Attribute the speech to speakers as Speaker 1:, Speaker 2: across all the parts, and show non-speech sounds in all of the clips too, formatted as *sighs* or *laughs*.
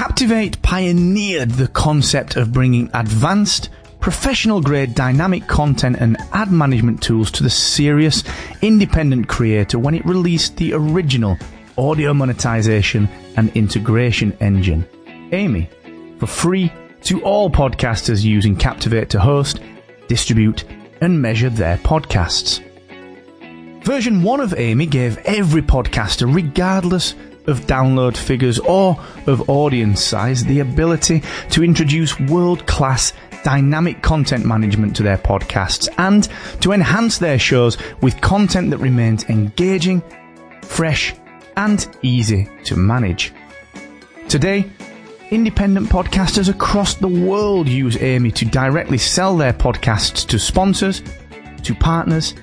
Speaker 1: Captivate pioneered the concept of bringing advanced, professional grade dynamic content and ad management tools to the serious, independent creator when it released the original audio monetization and integration engine, Amy, for free to all podcasters using Captivate to host, distribute, and measure their podcasts. Version 1 of Amy gave every podcaster, regardless of download figures or of audience size, the ability to introduce world class dynamic content management to their podcasts and to enhance their shows with content that remains engaging, fresh, and easy to manage. Today, independent podcasters across the world use Amy to directly sell their podcasts to sponsors, to partners,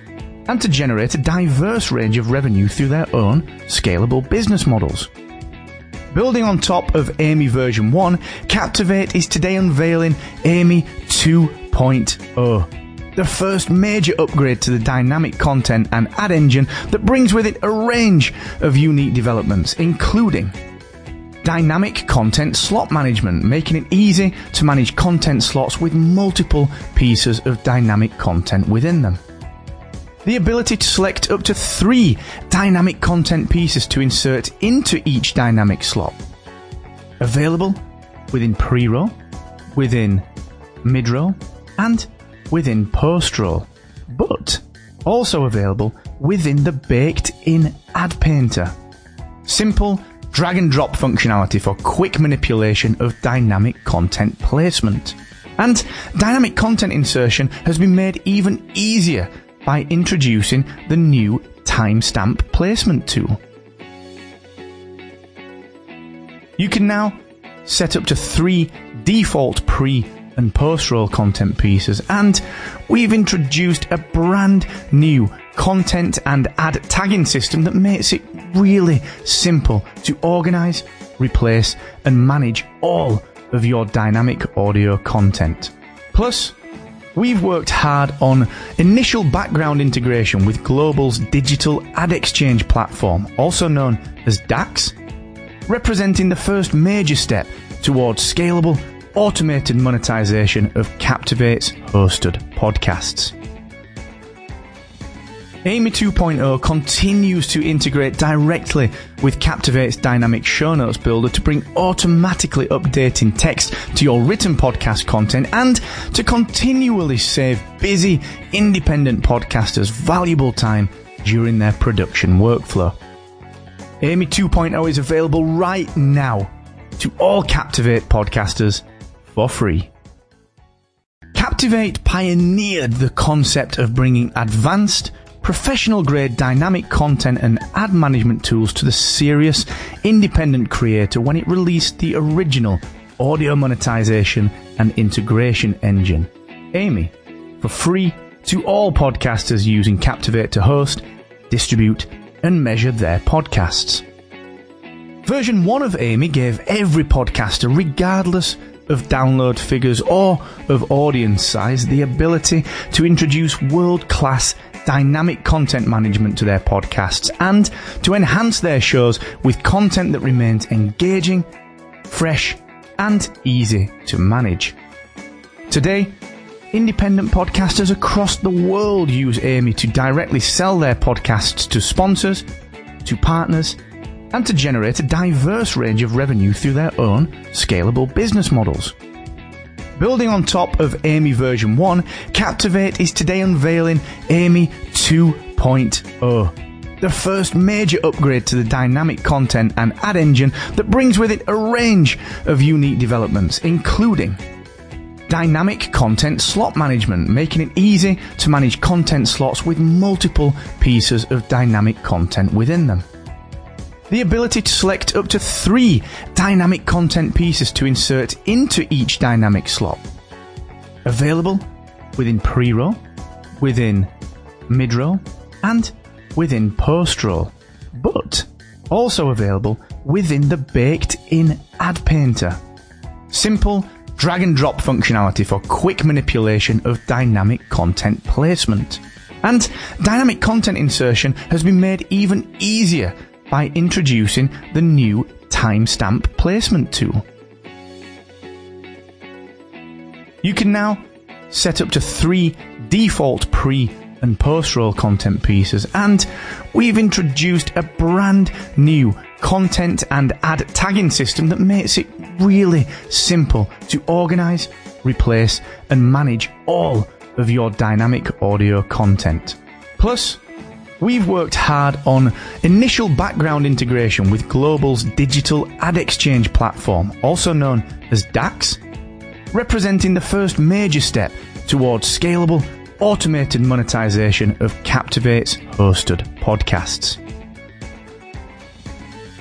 Speaker 1: and to generate a diverse range of revenue through their own scalable business models. Building on top of Amy version 1, Captivate is today unveiling Amy 2.0. oh, The first major upgrade to the dynamic content and ad engine that brings with it a range of unique developments, including dynamic content slot management, making it easy to manage content slots with multiple pieces of dynamic content within them. The ability to select up to three dynamic content pieces to insert into each dynamic slot. Available within pre roll, within mid roll, and within post roll, but also available within the baked in ad painter. Simple drag and drop functionality for quick manipulation of dynamic content placement. And dynamic content insertion has been made even easier by introducing the new timestamp placement tool. You can now set up to three default pre and post roll content pieces, and we've introduced a brand new content and ad tagging system that makes it really simple to organize, replace, and manage all of your dynamic audio content. Plus, we've worked hard on initial background integration with Global's digital ad exchange platform, also known as DAX, representing the first major step towards scalable, automated monetization of Captivate's hosted podcasts. Amy 2.0 continues to integrate directly with Captivate's dynamic show notes builder to bring automatically updating text to your written podcast content and to continually save busy independent podcasters valuable time during their production workflow. Amy 2.0 is available right now to all Captivate podcasters for free. Captivate pioneered the concept of bringing advanced professional grade dynamic content and ad management tools to the serious, independent creator when it released the original audio monetization and integration engine, Amy, for free to all podcasters using Captivate to host, distribute, and measure their podcasts. Version 1 of Amy gave every podcaster, regardless of download figures or of audience size, the ability to introduce world class dynamic content management to their podcasts and to enhance their shows with content that remains engaging, fresh, and easy to manage. Today, independent podcasters across the world use Amy to directly sell their podcasts to sponsors, to partners, and to generate a diverse range of revenue through their own scalable business models. Building on top of Amy version 1, Captivate is today unveiling Amy 2.0. The first major upgrade to the dynamic content and ad engine that brings with it a range of unique developments, including dynamic content slot management, making it easy to manage content slots with multiple pieces of dynamic content within them. The ability to select up to three dynamic content pieces to insert into each dynamic slot. Available within pre roll, within mid roll, and within post roll, but also available within the baked in ad painter. Simple drag and drop functionality for quick manipulation of dynamic content placement. And dynamic content insertion has been made even easier by introducing the new timestamp placement tool. You can now set up to three default pre and post roll content pieces, and we've introduced a brand new content and ad tagging system that makes it really simple to organize, replace, and manage all of your dynamic audio content. Plus, We've worked hard on initial background integration with Global's digital ad exchange platform, also known as DAX, representing the first major step towards scalable, automated monetization of Captivate's hosted podcasts.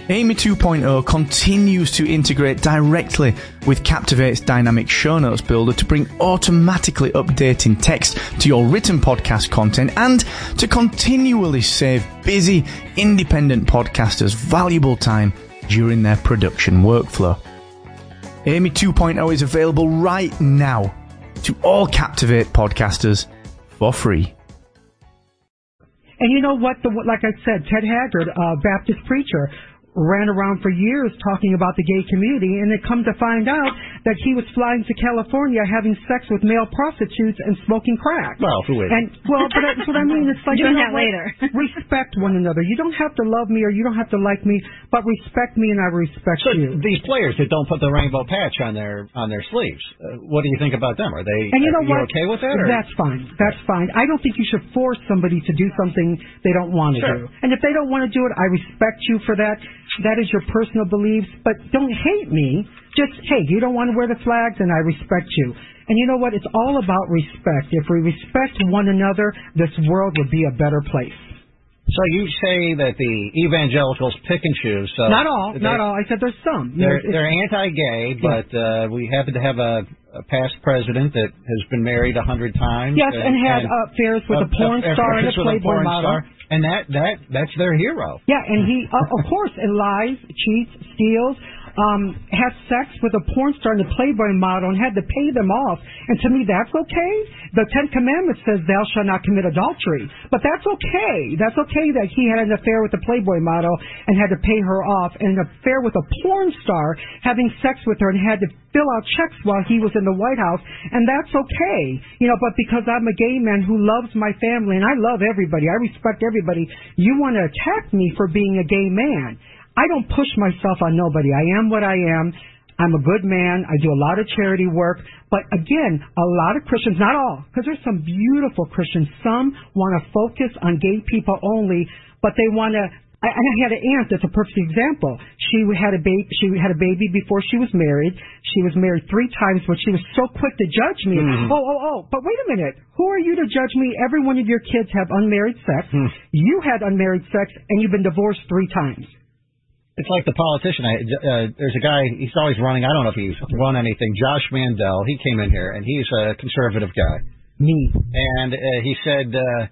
Speaker 1: Amy 2.0 continues to integrate directly with Captivate's dynamic show notes builder to bring automatically updating text to your written podcast content and to continually save busy, independent podcasters valuable time during their production workflow. Amy 2.0 is available right now to all Captivate podcasters for free.
Speaker 2: And you know what? The, like I said, Ted Haggard, a Baptist preacher, ran around for years talking about the gay community, and then come to find out that he was flying to California, having sex with male prostitutes and smoking crack.
Speaker 3: Well, who isn't?
Speaker 2: And well, but that's what I mean. It's like
Speaker 4: Doing
Speaker 2: you know
Speaker 4: that
Speaker 2: what?
Speaker 4: later.
Speaker 2: respect one another. You don't have to love me or you don't have to like me, but respect me and I respect
Speaker 3: So
Speaker 2: you.
Speaker 3: these players that don't put the rainbow patch on their on their sleeves, uh, what do you think about them? Are they
Speaker 2: And you know
Speaker 3: are Uh, you
Speaker 2: what?
Speaker 3: okay with that? Or?
Speaker 2: That's fine. That's fine. I don't think you should force somebody to do something they don't want to
Speaker 3: Sure.
Speaker 2: do. And if they don't want to do it, I respect you for that. That is your personal beliefs, but don't hate me. Just hey, you don't want to wear the flag, then I respect you. And you know what? It's all about respect. If we respect one another, this world would be a better place.
Speaker 3: so you say that the evangelicals pick and choose. So
Speaker 2: not all,
Speaker 3: they-
Speaker 2: not all. I said there's some. You know,
Speaker 3: They're
Speaker 2: it's-
Speaker 3: they're anti-gay, but uh, we happen to have a, a past president that has been married a hundred times.
Speaker 2: yes, and had affairs with a porn
Speaker 3: aff-
Speaker 2: star and a
Speaker 3: affairs with
Speaker 2: playboy
Speaker 3: porn
Speaker 2: model.
Speaker 3: star, and that that that's their hero.
Speaker 2: Yeah, and he, uh, of course, it lies, cheats, steals, um, had sex with a porn star and a Playboy model and had to pay them off. And to me, that's okay. The Ten Commandments says, thou shalt not commit adultery. But that's okay. That's okay that he had an affair with a Playboy model and had to pay her off, and an affair with a porn star, having sex with her and had to fill out checks while he was in the White House, and that's okay. You know, but because I'm a gay man who loves my family and I love everybody, I respect everybody, you want to attack me for being a gay man. I don't push myself on nobody. I am what I am. I'm a good man. I do a lot of charity work. But again, a lot of Christians, not all, because there's some beautiful Christians. Some want to focus on gay people only, but they want to I, and I had an aunt that's a perfect example. She had a baby. She had a baby before she was married. She was married three times, but she was so quick to judge me.
Speaker 3: Hmm.
Speaker 2: Oh, oh, oh! But wait a minute. Who are you to judge me? Every one of your kids have unmarried sex.
Speaker 3: Hmm.
Speaker 2: You had unmarried sex, and you've been divorced three times.
Speaker 3: It's like the politician. I, uh, there's a guy. He's always running. I don't know if he's won anything. Josh Mandel. He came in here, and he's a conservative guy.
Speaker 2: Me.
Speaker 3: and uh, he said, uh,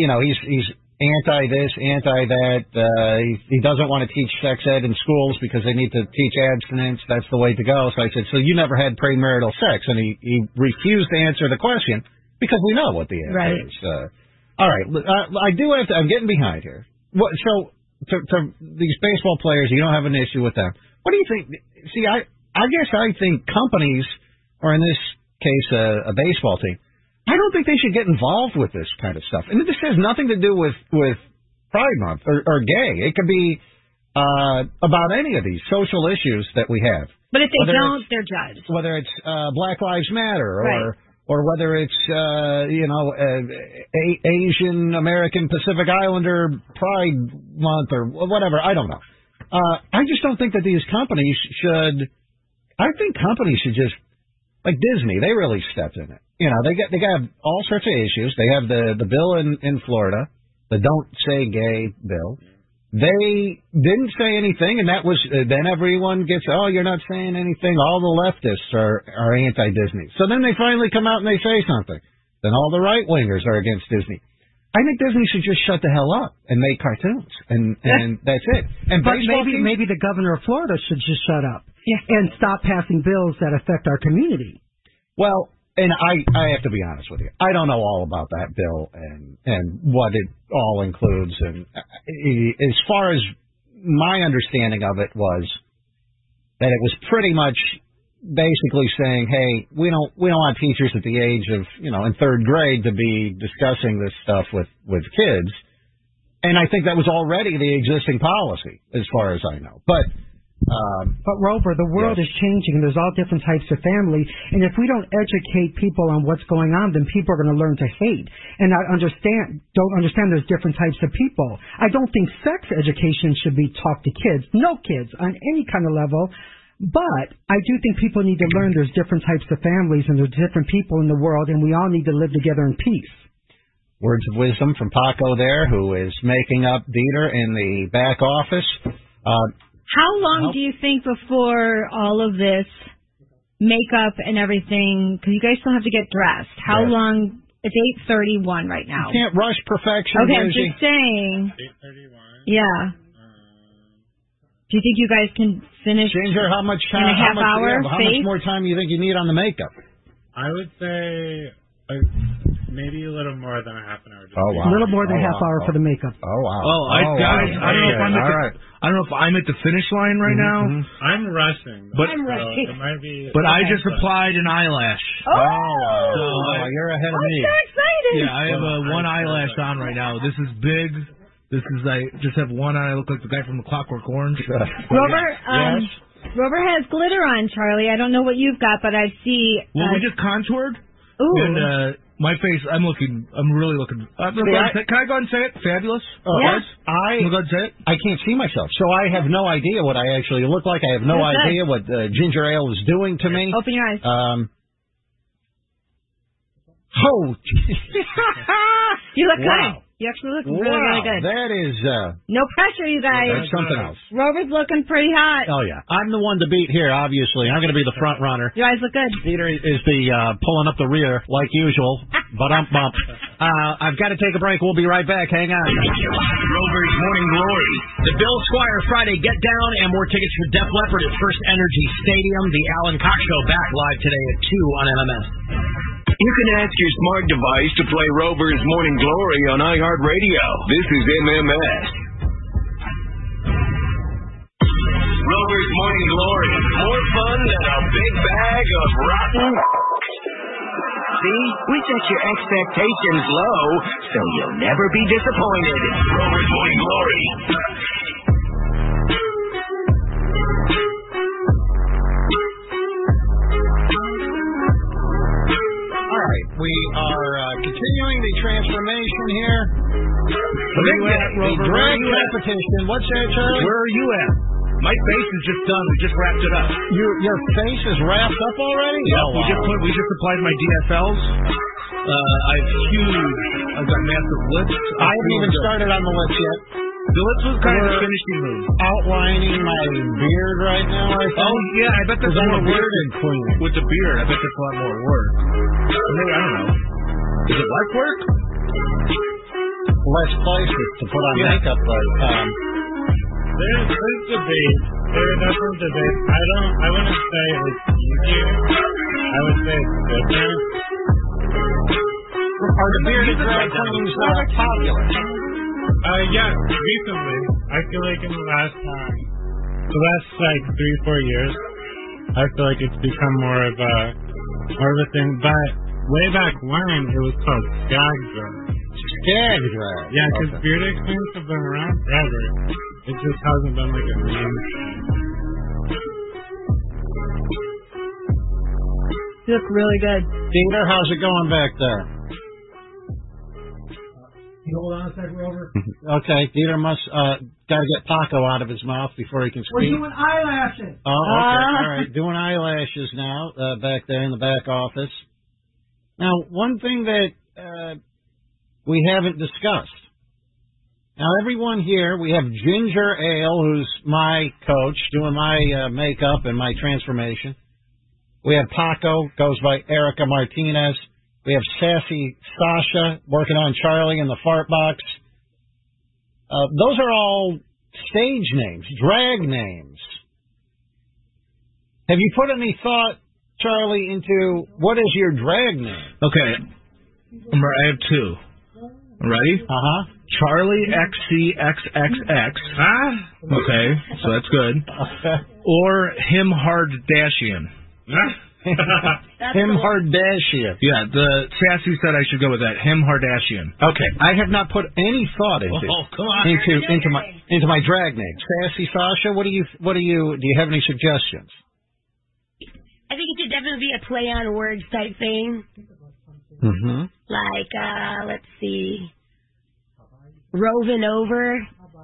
Speaker 3: you know, he's he's anti this, anti that. Uh, he, he doesn't want to teach sex ed in schools because they need to teach abstinence. That's the way to go. So I said, so you never had premarital sex, and he he refused to answer the question because we know what the answer
Speaker 4: Right.
Speaker 3: is. Uh, all right, l- uh, I do have to. I'm getting behind here. What so? To, to these baseball players, you don't have an issue with them. What do you think? See, I I guess I think companies, or in this case, a, a baseball team, I don't think they should get involved with this kind of stuff. And this has nothing to do with with Pride Month or, or gay. It could be uh, about any of these social issues that we have,
Speaker 4: But if they
Speaker 3: Whether
Speaker 4: don't, they're judged.
Speaker 3: whether it's uh, Black Lives Matter or
Speaker 4: Right.
Speaker 3: or whether it's uh, you know uh, a- Asian American Pacific Islander Pride Month or whatever. I don't know. Uh, I just don't think that these companies should. I think companies should just like Disney, they really stepped in it. You know, they got they got all sorts of issues. They have the the bill in in Florida, the don't say gay bill. They didn't say anything, and that was uh, then everyone gets oh you're not saying anything. All the leftists are are anti Disney. So then they finally come out and they say something. Then all the right wingers are against Disney. I think Disney should just shut the hell up and make cartoons, and and that's it. And
Speaker 2: But
Speaker 3: baseball
Speaker 2: maybe
Speaker 3: teams-
Speaker 2: maybe the governor of Florida should just shut up and stop passing bills that affect our community.
Speaker 3: Well, and I, I have to be honest with you. I don't know all about that bill and and what it all includes. And uh, as far as my understanding of it was that it was pretty much basically saying, "Hey, we don't we don't want teachers at the age of you know in third grade to be discussing this stuff with with kids." And I think that was already the existing policy, as far as I know. But um,
Speaker 2: But Rover, the world
Speaker 3: Yes.
Speaker 2: is changing. There's all different types of family, and if we don't educate people on what's going on, then people are going to learn to hate and not understand. Don't understand there's different types of people. I don't think sex education should be taught to kids, no kids on any kind of level. But I do think people need to learn there's different types of families and there's different people in the world, and we all need to live together in peace.
Speaker 3: words of wisdom from Paco there, who is making up Dieter in the back office. Uh,
Speaker 4: How long
Speaker 3: Nope.
Speaker 4: do you think before all of this makeup and everything? Because you guys still have to get dressed. How
Speaker 3: Yes.
Speaker 4: long? It's eight thirty-one right now.
Speaker 3: can't rush perfection,
Speaker 4: Okay, I'm
Speaker 3: Brizzy.
Speaker 4: just saying. Yeah. Do you think you guys can finish?
Speaker 3: Ginger, how much time?
Speaker 4: In a
Speaker 3: how
Speaker 4: half
Speaker 3: much,
Speaker 4: hour,
Speaker 3: yeah, how
Speaker 4: face?
Speaker 3: much more time do you think you need on the makeup?
Speaker 5: I would say uh, maybe a little more than a half an hour. just
Speaker 3: Oh,
Speaker 5: to-
Speaker 3: wow.
Speaker 2: A little more than a
Speaker 3: Oh,
Speaker 2: half
Speaker 3: wow.
Speaker 2: hour for the makeup.
Speaker 3: Oh wow!
Speaker 6: Oh, I,
Speaker 3: wow.
Speaker 6: guys, I don't know if I'm at the,
Speaker 3: All right. Mm-hmm,
Speaker 6: I don't know if I'm at the finish line right now,
Speaker 5: I'm rushing.
Speaker 6: Mm-hmm, But-
Speaker 5: so
Speaker 6: I'm
Speaker 5: It might be.
Speaker 6: but I just applied an eyelash.
Speaker 4: Oh,
Speaker 3: Oh,
Speaker 6: So, I-
Speaker 3: you're ahead of
Speaker 4: I'm
Speaker 3: me.
Speaker 4: so excited.
Speaker 6: Yeah, I have uh, one eyelash on right now. This is big. This is I just have one eye. I look like the guy from The Clockwork
Speaker 3: *laughs*
Speaker 6: Orange.
Speaker 4: Robert, um,
Speaker 3: Yes.
Speaker 4: Robert has glitter on, Charlie. I don't know what you've got, but I see.
Speaker 6: Well,
Speaker 4: uh,
Speaker 6: we just contoured,
Speaker 4: ooh,
Speaker 6: and uh, my face. I'm looking. I'm really looking. I'm gonna go
Speaker 3: Yeah,
Speaker 6: ahead and say- can I go ahead and say it? Fabulous.
Speaker 4: Yeah.
Speaker 6: Can I
Speaker 3: I
Speaker 6: go ahead and say it?
Speaker 3: I can't see myself, so I have no idea what I actually look like. I have no
Speaker 4: That's
Speaker 3: idea what uh, ginger ale is doing to me.
Speaker 4: open your eyes.
Speaker 3: Um. Oh,
Speaker 4: *laughs* you look good.
Speaker 3: wow.
Speaker 4: You actually look really,
Speaker 3: wow!
Speaker 4: really good.
Speaker 3: That is uh,
Speaker 4: No pressure, you guys.
Speaker 3: that's something else.
Speaker 4: Rover's looking pretty hot.
Speaker 3: Oh yeah, I'm the one to beat here. Obviously, I'm going to be the front runner.
Speaker 4: You guys look good.
Speaker 3: Peter is the uh, pulling up the rear like
Speaker 4: *laughs*
Speaker 3: usual. But um bump. Uh, I've got to take a break. We'll be right back. Hang on.
Speaker 7: Rover's Morning Glory. The Bill Squire Friday Get Down and more tickets for Def Leppard at First Energy Stadium. The Alan Cox Show back live today at 2 on MMS.
Speaker 8: You can ask your smart device to play Rover's Morning Glory on iHeartRadio. This is MMS. Rover's Morning Glory. More fun than a big bag of rotten. See, we set your expectations low so you'll never be disappointed. Rover's Morning Glory.
Speaker 3: All right, we are uh, continuing the transformation here. Where you at, Rover?
Speaker 6: Where
Speaker 3: Direct
Speaker 6: you at?
Speaker 3: competition. What's that, Charlie?
Speaker 6: Where are you at? My face is just done. We just wrapped it up.
Speaker 3: your your face is wrapped up already.
Speaker 6: Yeah,
Speaker 3: Oh,
Speaker 6: we
Speaker 3: wow.
Speaker 6: just put, we just applied my DSLs. Uh, I have huge. I've got massive lips. I'm
Speaker 3: I haven't
Speaker 6: feeling
Speaker 3: even
Speaker 6: good.
Speaker 3: started on the lips yet.
Speaker 6: The lips was kind of
Speaker 3: We're-
Speaker 6: the finishing move.
Speaker 3: Outlining my beard right now. I think.
Speaker 6: Oh yeah, I bet that's
Speaker 3: Because I'm
Speaker 6: more
Speaker 3: a
Speaker 6: work
Speaker 3: bearded queen.
Speaker 6: with the beard. I bet that's a lot more work. Maybe I don't know. Is it life work?
Speaker 3: Less places to put on
Speaker 6: Yeah.
Speaker 3: makeup, but um,
Speaker 5: There's, there's debate. There's definitely debate. I don't. I wouldn't say it's easier. I would say it's different.
Speaker 3: are the bearded drag queens uh, popular?
Speaker 5: Uh, yeah, recently. I feel like in the last um, the last like three four years, I feel like it's become more of a more of a thing. But way back when, it was called skag drag.
Speaker 3: Gag drag.
Speaker 5: Yeah, because
Speaker 3: Okay.
Speaker 5: bearded queens have been around forever. It just hasn't been like a meme.
Speaker 3: *laughs*
Speaker 5: *laughs*
Speaker 4: You look really good.
Speaker 3: Peter, how's it going back there?
Speaker 5: Hold on a second, Rover.
Speaker 3: Okay, Peter must uh got to get Paco out of his mouth before he can speak.
Speaker 2: eyelashes.
Speaker 3: oh, okay,
Speaker 4: Ah.
Speaker 3: all right. Doing eyelashes now uh, back there in the back office. Now, one thing that uh we haven't discussed. Now, everyone here, we have Ginger Ale, who's my coach, doing my uh, makeup and my transformation. We have Paco, goes by Erica Martinez. We have Sassy Sasha working on Charlie in the fart box. Uh, those are all stage names, drag names. Have you put any thought, Charlie, into what is your drag name?
Speaker 6: Okay. I'm re- I have two. Ready?
Speaker 3: Uh huh.
Speaker 6: Charlie XCXXX.
Speaker 5: Ah,
Speaker 3: *laughs*
Speaker 6: Okay, so that's good. Or him hard dashian.
Speaker 4: That's
Speaker 3: Him
Speaker 4: the one.
Speaker 3: Hardashian.
Speaker 6: Yeah, the Sassy said I should go with that. Him Hardashian.
Speaker 3: Okay, I have not put any thought into
Speaker 6: Oh, come on.
Speaker 3: into
Speaker 4: You're
Speaker 3: into my
Speaker 4: doing
Speaker 3: into my drag name. Sassy Sasha, what do you what do you do? You have any suggestions?
Speaker 9: I think it should definitely be a play on words type thing.
Speaker 3: Mm-hmm.
Speaker 9: Like, uh, let's see. Roving over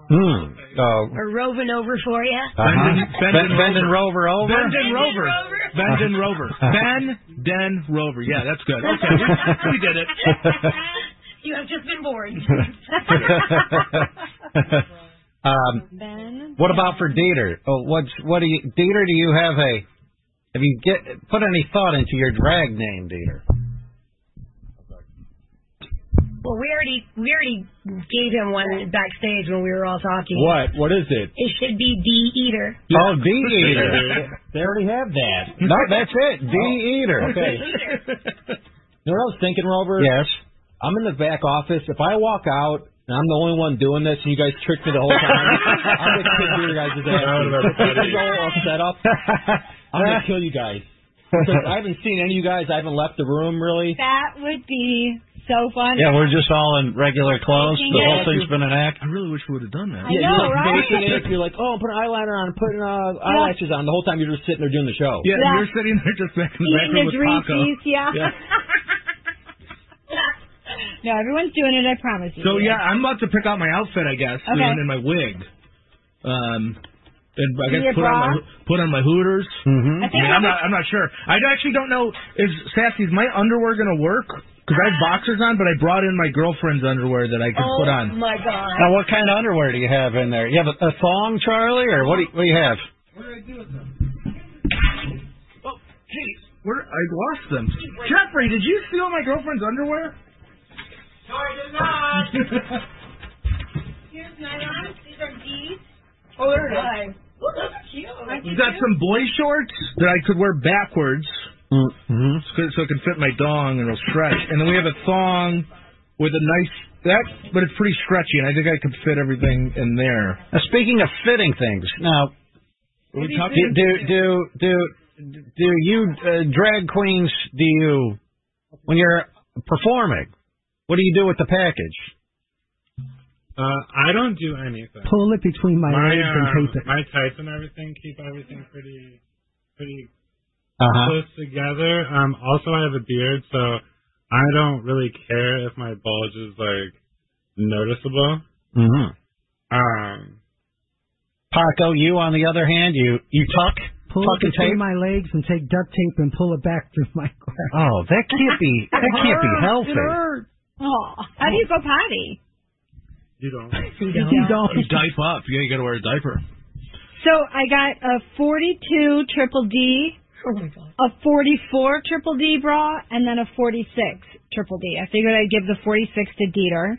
Speaker 3: Hmm. Oh.
Speaker 9: or roving over for you.
Speaker 3: *laughs* Uh-huh.
Speaker 6: Bend- bend and
Speaker 3: and rover over.
Speaker 6: Ben Den Rover. Ben
Speaker 4: *laughs*
Speaker 6: Den Rover. Ben Den Rover. Yeah, that's good. Okay,
Speaker 4: *laughs*
Speaker 6: we, we did it.
Speaker 3: *laughs*
Speaker 9: you have just been born. *laughs*
Speaker 3: *laughs* um,
Speaker 4: Ben.
Speaker 3: what about for Dieter? Oh, what's what do you Dieter? Do you have a have you get put any thought into your drag name, Dieter?
Speaker 9: well, we already we already gave him one backstage when we were all talking.
Speaker 3: What what is it?
Speaker 9: It should be D Eater.
Speaker 3: Oh, D Eater.
Speaker 10: They already have that. Oh.
Speaker 3: no, that's it. D Eater.
Speaker 10: Okay. You know what I was thinking, Robert?
Speaker 3: Yes.
Speaker 10: I'm in the back office. If
Speaker 3: *laughs*
Speaker 10: I walk out and I'm the only one doing this and you guys tricked me the whole
Speaker 6: *laughs*
Speaker 10: time, I'm going to kick your guys'
Speaker 5: *laughs*
Speaker 10: ass. I'm so upset up. I'm going to kill you
Speaker 3: *laughs*
Speaker 10: guys. Because I haven't seen any of you guys. I haven't left the room, really.
Speaker 4: That would be so fun.
Speaker 3: Yeah, we're just all in regular clothes. The
Speaker 4: Yeah.
Speaker 3: whole thing's been an act.
Speaker 6: I really wish we would have done that.
Speaker 4: I know,
Speaker 10: you're like,
Speaker 4: right?
Speaker 10: facing it.
Speaker 6: *laughs*
Speaker 10: You're like, oh, I'm putting eyeliner on, I'm putting uh, eyelashes on. The whole time you're just sitting there doing the show.
Speaker 6: Yeah,
Speaker 4: Yeah.
Speaker 6: you're sitting there just back in the back
Speaker 4: Eating
Speaker 6: room
Speaker 4: the
Speaker 6: with
Speaker 4: dream
Speaker 6: Paco.
Speaker 4: cheese, yeah. no,
Speaker 6: Yeah.
Speaker 4: everyone's doing it, I promise you.
Speaker 6: So yeah, I'm about to pick out my outfit, I guess,
Speaker 4: Okay.
Speaker 6: soon, and my wig. Um, and I
Speaker 4: Your
Speaker 6: guess put on my
Speaker 4: bra?
Speaker 6: put on my Hooters.
Speaker 4: I
Speaker 6: I
Speaker 3: Mm-hmm.
Speaker 4: think
Speaker 6: am not. I'm not sure. I actually don't know. Is Sassy, is my underwear gonna work? Because I have boxers on, but I brought in my girlfriend's underwear that I can
Speaker 9: Oh
Speaker 6: put on.
Speaker 9: my god.
Speaker 3: Now, what kind of underwear do you have in there? You have a, a thong, Charlie, or what do you, what do you have?
Speaker 6: Oh, hey, where I lost them. Jeffrey, did you steal my girlfriend's underwear?
Speaker 9: *laughs*
Speaker 6: No, I did not. *laughs*
Speaker 4: Here's nylon. These are D's.
Speaker 6: oh, there it is. You got some boy shorts that I could wear backwards,
Speaker 3: Mm-hmm.
Speaker 6: so, so it can fit my dong and it'll stretch. And then we have a thong with a nice that, but it's pretty stretchy, and I think I could fit everything in there.
Speaker 3: Now, speaking of fitting things, now
Speaker 6: We
Speaker 3: do do do do, do you uh, drag queens? Do you when you're performing? What do you do with the package?
Speaker 5: Uh, I don't do anything.
Speaker 2: Pull it between my,
Speaker 5: My
Speaker 2: legs and
Speaker 5: um,
Speaker 2: tape it.
Speaker 5: my tights and everything keep everything pretty pretty
Speaker 3: Uh huh.
Speaker 5: close together. Um, also I have a beard, so I don't really care if my bulge is like noticeable.
Speaker 3: Mm-hmm.
Speaker 5: Um,
Speaker 3: Paco, you on the other hand, you you tuck
Speaker 2: Pull
Speaker 3: tuck
Speaker 2: it
Speaker 3: and
Speaker 2: between
Speaker 3: tape.
Speaker 2: my legs and take duct tape and pull it back through my *laughs* crap.
Speaker 3: Oh, that can't be that can't
Speaker 2: *laughs*
Speaker 3: be healthy.
Speaker 4: Oh, how do you go potty?
Speaker 5: you
Speaker 6: *laughs*
Speaker 5: don't.
Speaker 2: You don't.
Speaker 6: diaper up. Yeah, you got to wear a diaper.
Speaker 4: So I got a 42 triple D,
Speaker 9: Oh my god.
Speaker 4: a 44 triple D bra, and then a 46 triple D. I figured I'd give the 46 to Dieter.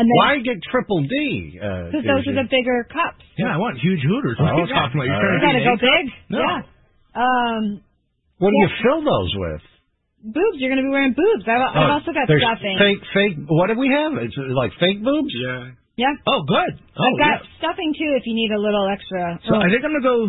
Speaker 4: And then,
Speaker 3: Why get triple D? Uh, Oh,
Speaker 4: Because those are the bigger cups.
Speaker 6: Yeah, I want huge hooters. What are you talking about? You're
Speaker 4: You
Speaker 6: trying to
Speaker 4: gotta
Speaker 6: be
Speaker 4: go
Speaker 6: naked?
Speaker 4: big.
Speaker 6: No.
Speaker 4: Yeah. Um,
Speaker 3: what do you fill those with? Oh,
Speaker 4: boobs. You're gonna be wearing boobs. I've, I've also got
Speaker 3: There's
Speaker 4: stuffing.
Speaker 3: Fake, fake. What do we have? It's like fake boobs.
Speaker 5: Yeah.
Speaker 4: Yeah.
Speaker 3: Oh, good. Oh,
Speaker 4: I've got stuffing too if you need a little extra. Oh,
Speaker 6: So I think I'm gonna go.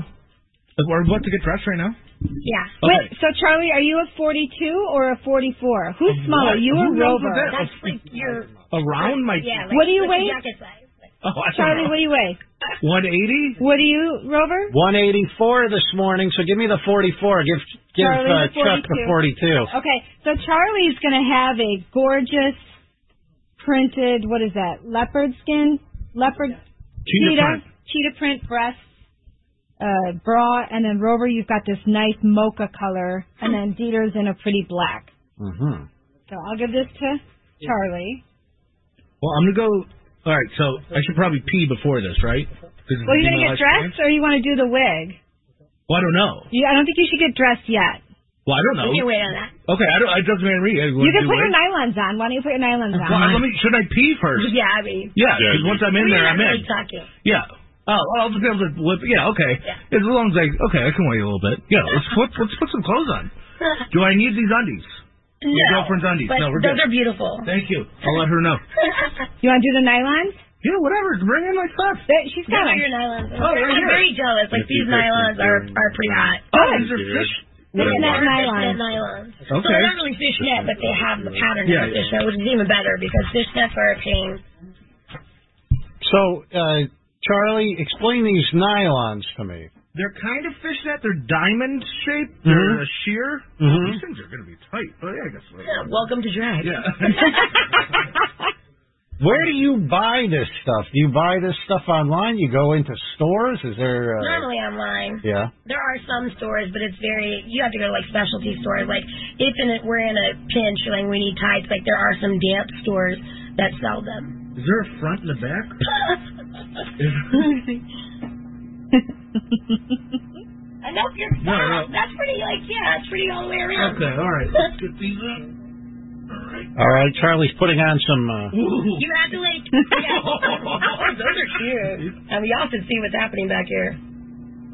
Speaker 6: We're about to get dressed right now.
Speaker 9: Yeah.
Speaker 4: Wait, so Charlie, are you a 42 or a 44? Who's smaller, you or
Speaker 6: Who knows
Speaker 4: Rover?
Speaker 6: what that-
Speaker 9: That's like your
Speaker 6: Around my
Speaker 9: yeah, like
Speaker 4: What do you
Speaker 9: like
Speaker 4: weigh?
Speaker 9: your jacket size.
Speaker 6: oh, I don't
Speaker 4: Charlie,
Speaker 6: know.
Speaker 4: what do you weigh?
Speaker 6: 180.
Speaker 4: What do you, Rover?
Speaker 3: 184 this morning, so give me the 44. Give give
Speaker 4: Charlie,
Speaker 3: uh,
Speaker 4: the
Speaker 3: Chuck the 42.
Speaker 4: Okay, so Charlie's gonna have a gorgeous printed, what is that? Leopard skin, leopard
Speaker 6: Cheetah print.
Speaker 4: cheetah print breast uh, bra, and then Rover, you've got this nice mocha color, and then Dieter's in a pretty black.
Speaker 3: Mm-hmm.
Speaker 4: So I'll give this to Charlie.
Speaker 6: Well, I'm gonna go. All right, so I should probably pee before this, right? 'Cause it's
Speaker 4: Well, you're
Speaker 6: the
Speaker 4: gonna
Speaker 6: last
Speaker 4: get dressed, or
Speaker 6: time.
Speaker 4: you want to do the wig?
Speaker 6: Well, I don't know.
Speaker 4: You, I don't think you should get dressed yet.
Speaker 6: Well, I
Speaker 9: We
Speaker 6: don't know.
Speaker 9: can wait on that.
Speaker 6: Okay, I don't. It doesn't matter. Read.
Speaker 4: You can put your nylons on. Why don't you put your nylons on?
Speaker 6: Well, let me. Should I pee first?
Speaker 9: Yeah, I mean,
Speaker 6: Yeah, 'cause once I'm in
Speaker 9: we're
Speaker 6: there,
Speaker 9: not
Speaker 6: I'm
Speaker 9: really
Speaker 6: in.
Speaker 9: talking.
Speaker 6: Yeah. Oh, I'll just be able to whip. Yeah, okay. As long as I, okay, I can wait a little bit. Yeah, let's put let's put some clothes on. Do I need these undies?
Speaker 9: no,
Speaker 6: girlfriend's undies.
Speaker 9: But
Speaker 6: No, we're
Speaker 9: those
Speaker 6: good.
Speaker 9: are beautiful.
Speaker 6: Thank you. I'll let her know.
Speaker 4: You want to do the nylons?
Speaker 6: Yeah, whatever. Bring in my stuff.
Speaker 4: That- She's
Speaker 9: Those
Speaker 4: got
Speaker 9: are
Speaker 4: them.
Speaker 9: your nylons.
Speaker 6: Oh, right
Speaker 9: I'm
Speaker 6: here.
Speaker 9: very jealous. Like
Speaker 5: If you
Speaker 9: these
Speaker 5: take
Speaker 9: nylons
Speaker 5: them
Speaker 9: are
Speaker 5: down.
Speaker 9: are pretty hot.
Speaker 6: Oh, these are
Speaker 5: Dude.
Speaker 6: fish
Speaker 9: Fishnet
Speaker 11: Yeah.
Speaker 9: nylon.
Speaker 11: Fishnet nylon.
Speaker 9: Okay.
Speaker 11: So they're not really fishnet, but they have the pattern of a
Speaker 3: Yeah, yeah.
Speaker 11: fishnet, which is even better because fishnets are a pain.
Speaker 3: So, uh, Charlie, explain these nylons to me.
Speaker 6: They're kind of fishnet. They're diamond shaped.
Speaker 3: Mhm.
Speaker 6: They're a sheer.
Speaker 3: Mhm.
Speaker 6: These things are going to be tight. Oh yeah, I guess. so.
Speaker 11: Yeah, welcome to drag.
Speaker 6: Mm-hmm. Yeah.
Speaker 3: Where do you buy this stuff? Do you buy this stuff online? You go into stores? Is there? Uh,
Speaker 11: Normally online.
Speaker 3: yeah.
Speaker 11: There are some stores, but it's very you have to go to like specialty stores. Like if in a, we're in a pinch, like we need tights, like there are some damp stores that sell them.
Speaker 6: Is there a front and a
Speaker 9: *laughs*
Speaker 6: back?
Speaker 11: Enough your
Speaker 6: No,
Speaker 11: socks.
Speaker 6: no.
Speaker 11: That's pretty like yeah, that's pretty all the way around.
Speaker 6: Okay, all
Speaker 11: *laughs*
Speaker 6: right. Let's get these up.
Speaker 3: All right, Charlie's putting on some. Uh,
Speaker 4: *laughs*
Speaker 11: You have to like. Yeah. *laughs* Those are cute. And we all can see what's happening back here.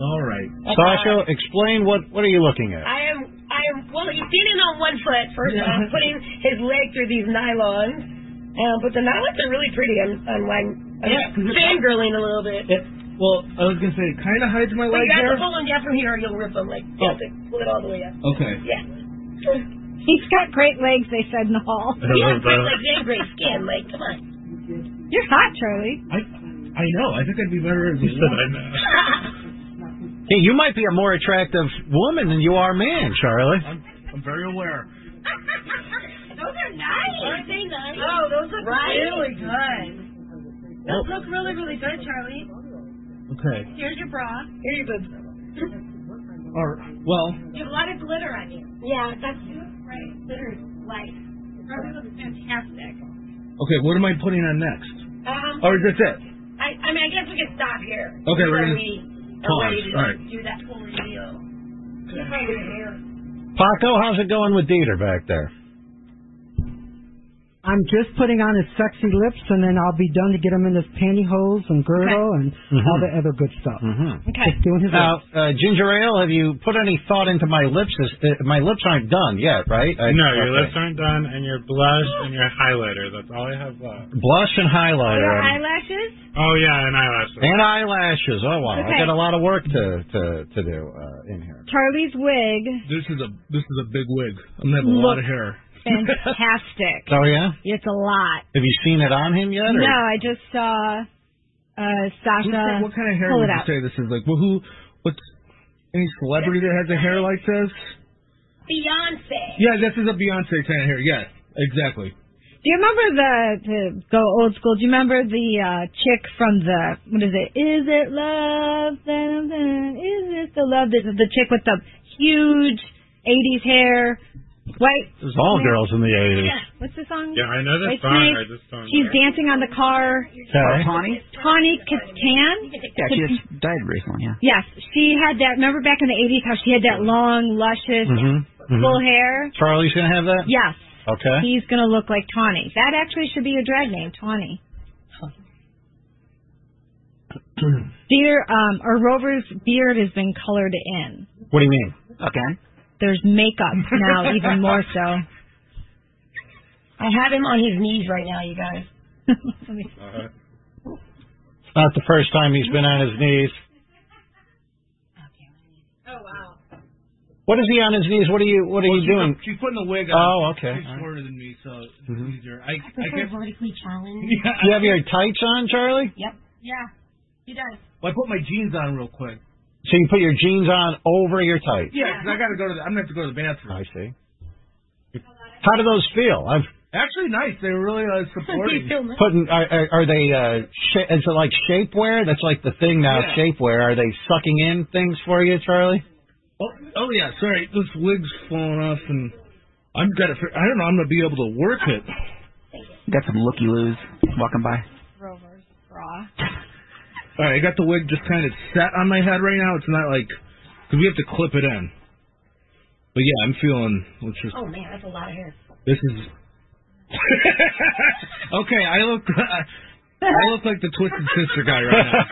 Speaker 6: All right.
Speaker 3: Sasha, explain what what are you looking at?
Speaker 11: I am. I am. Well, he's standing on one foot. First
Speaker 3: Yeah.
Speaker 11: off, putting his leg through these nylons. Um, but the nylons are really pretty. I'm. I'm like. I'm
Speaker 6: Yeah.
Speaker 11: fangirling a little bit.
Speaker 6: well, I was gonna say it kind of hides my
Speaker 11: But
Speaker 6: leg
Speaker 11: you have
Speaker 6: hair. Oh.
Speaker 11: to pull them down from here, or you'll rip them. Like you have to pull it all the way up.
Speaker 6: Okay.
Speaker 11: Yeah.
Speaker 4: He's got great legs, they said in the
Speaker 6: *laughs*
Speaker 4: hall.
Speaker 11: Yeah, great legs and great skin. Like, come on.
Speaker 4: You're hot, Charlie.
Speaker 6: I know. I think I'd be
Speaker 3: *laughs*
Speaker 6: better as a woman.
Speaker 9: *laughs*
Speaker 3: Hey, you might be a more attractive woman than you are man, Charlie.
Speaker 6: I'm very aware.
Speaker 9: *laughs*
Speaker 11: those are nice.
Speaker 9: Aren't
Speaker 11: they nice?
Speaker 9: Oh, those look
Speaker 11: Right?
Speaker 9: really good. Those look really, really good, Charlie.
Speaker 6: Okay.
Speaker 9: Here's your bra.
Speaker 11: Here you go.
Speaker 6: Or well,
Speaker 9: You have a lot of glitter on you.
Speaker 11: Yeah, that's
Speaker 9: right. Glitter is life. Probably looks fantastic.
Speaker 6: okay. What am I putting on next?
Speaker 11: Um,
Speaker 6: Or is this it?
Speaker 11: I, I mean, I guess we can stop here.
Speaker 6: Okay, we're
Speaker 11: Before
Speaker 6: gonna
Speaker 11: we are
Speaker 6: pause.
Speaker 11: ready to
Speaker 6: All right.
Speaker 11: do that whole reveal. Look at your hair.
Speaker 3: Paco, how's it going with Dieter back there?
Speaker 2: I'm just putting on his sexy lips, and then I'll be done to get him in his pantyhose and girdle and all the other good stuff.
Speaker 3: Mm-hmm.
Speaker 2: Just doing his
Speaker 3: Now, uh, ginger ale, have you put any thought into my lips? Is, uh, my lips aren't done yet, right? I-
Speaker 5: no, your
Speaker 3: okay.
Speaker 5: lips aren't done, and your blush and your highlighter. That's all I have left.
Speaker 3: Blush and highlighter. um,
Speaker 9: eyelashes?
Speaker 5: Oh yeah, and eyelashes.
Speaker 3: and eyelashes. Oh wow,
Speaker 4: Okay.
Speaker 3: I got a lot of work to to to do uh, in here.
Speaker 4: Charlie's
Speaker 6: *laughs*
Speaker 4: wig,
Speaker 6: This is a this is a big wig. I'm gonna have a lot of hair.
Speaker 4: fantastic.
Speaker 3: Oh yeah,
Speaker 4: it's a lot.
Speaker 3: have you seen it on him yet? Or?
Speaker 4: No, I just saw uh,
Speaker 6: What
Speaker 4: Sasha.
Speaker 6: kind- what kind of hair
Speaker 4: pull
Speaker 6: would
Speaker 4: it up.
Speaker 6: you say this is like? Well, who? What's any celebrity that has a hair like this?
Speaker 11: Beyonce.
Speaker 6: Yeah, this is a Beyonce kind of hair. Yes, exactly.
Speaker 4: Do you remember the to go old school? Do you remember the uh chick from the what is it? Is it love? Then- then- Is it the love? This is the chick with the huge '80s hair, white.
Speaker 3: It was all girls in the eighties.
Speaker 4: What's the song?
Speaker 5: Yeah, I know
Speaker 4: White
Speaker 5: this song.
Speaker 4: Snake.
Speaker 5: I just don't.
Speaker 4: She's dancing on the car.
Speaker 3: Okay.
Speaker 12: Tawny?
Speaker 4: Tawny Katan.
Speaker 12: Yeah, she just died recently.
Speaker 11: *laughs*
Speaker 12: Yeah.
Speaker 4: Yes, she had that. Remember back in the '80s how she had that long, luscious,
Speaker 3: Mm-hmm.
Speaker 4: full hair?
Speaker 3: Charlie's gonna have that.
Speaker 4: Yes,
Speaker 3: Okay.
Speaker 4: he's gonna look like Tawny. That actually should be a drag name, Tawny.
Speaker 3: *clears throat*
Speaker 4: Dear, um, or Rover's beard has been colored in.
Speaker 3: What do you mean?
Speaker 12: Okay.
Speaker 4: There's makeup now, even more
Speaker 3: *laughs*
Speaker 4: so.
Speaker 11: I have him on his knees right now, you guys. *laughs*
Speaker 4: Let me-
Speaker 3: It's not the first time he's been on his knees.
Speaker 11: Oh wow.
Speaker 3: What is he on his knees? What are you What are
Speaker 6: Well,
Speaker 3: you
Speaker 6: she's
Speaker 3: doing?
Speaker 6: She's putting the wig on.
Speaker 3: Oh, okay.
Speaker 6: She's
Speaker 3: All right.
Speaker 6: shorter than me, so it's
Speaker 3: Mhm.
Speaker 6: easier. I, I
Speaker 11: Prefer
Speaker 6: guess.
Speaker 11: vertically challenged.
Speaker 6: Yeah.
Speaker 3: Do you have your tights on, Charlie?
Speaker 11: Yep. Yeah. He does.
Speaker 6: Well, I put my jeans on real quick.
Speaker 3: So you put your jeans on over your tights.
Speaker 6: Yeah, 'cause I gotta go to. The, I'm gonna have to go to the bathroom.
Speaker 3: I see. How do those feel? I've
Speaker 6: Actually, nice. They were
Speaker 11: *laughs*
Speaker 6: really uh, supporting.
Speaker 3: putting. Are, are, are they? Uh, sh- is it like shapewear? That's like the thing now.
Speaker 6: Yeah.
Speaker 3: Shapewear. Are they sucking in things for you, Charlie?
Speaker 6: oh, oh yeah. Sorry, this wig's falling off, and I'm gonna. fi- I don't know. I'm gonna be able to work
Speaker 11: *laughs*
Speaker 6: it.
Speaker 12: Got some looky loos walking by.
Speaker 4: Rover's bra.
Speaker 6: All right, I got the wig just kind of set on my head right now. It's not like because we have to clip it in. But yeah, I'm feeling. Let's just.
Speaker 11: Oh man, that's a lot of
Speaker 6: *laughs*
Speaker 11: hair.
Speaker 6: This is. okay, I look. *laughs* I look like the twisted sister guy right now. *laughs*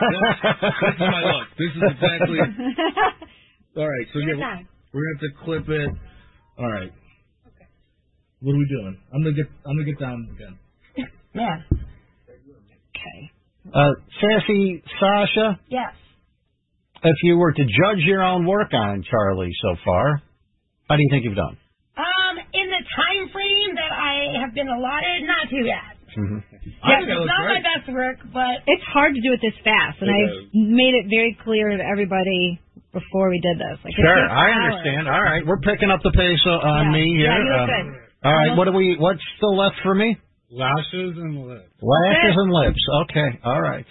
Speaker 6: this is my look. This is exactly.
Speaker 12: *laughs*
Speaker 11: *laughs*
Speaker 6: All right, so yeah,
Speaker 11: Time.
Speaker 6: we're gonna have to clip it. All right. What are we doing? I'm gonna get. I'm gonna get down again.
Speaker 12: *laughs*
Speaker 11: Yeah.
Speaker 3: Uh, sassy Sasha,
Speaker 11: Yeah.
Speaker 3: if you were to judge your own work on Charlie so far, How do you think you've done?
Speaker 11: Um, in the time frame that I have been allotted, not too bad.
Speaker 3: Mm-hmm.
Speaker 4: I
Speaker 11: Yeah, it's
Speaker 4: think that looks
Speaker 11: not
Speaker 4: great.
Speaker 11: my best work, but
Speaker 4: It's hard to do it this fast, and
Speaker 11: It
Speaker 4: I made it very clear to everybody before we did this. Like, it
Speaker 3: Sure,
Speaker 4: takes
Speaker 3: I
Speaker 4: hours.
Speaker 3: understand. All right, we're picking up the pace uh, on
Speaker 4: Yeah.
Speaker 3: me here.
Speaker 4: Yeah, you look
Speaker 3: Uh,
Speaker 4: good. Um,
Speaker 3: All right, what do we? What's still left for me?
Speaker 5: Lashes and lips.
Speaker 4: it.
Speaker 3: Lashes and lips. Okay, all right.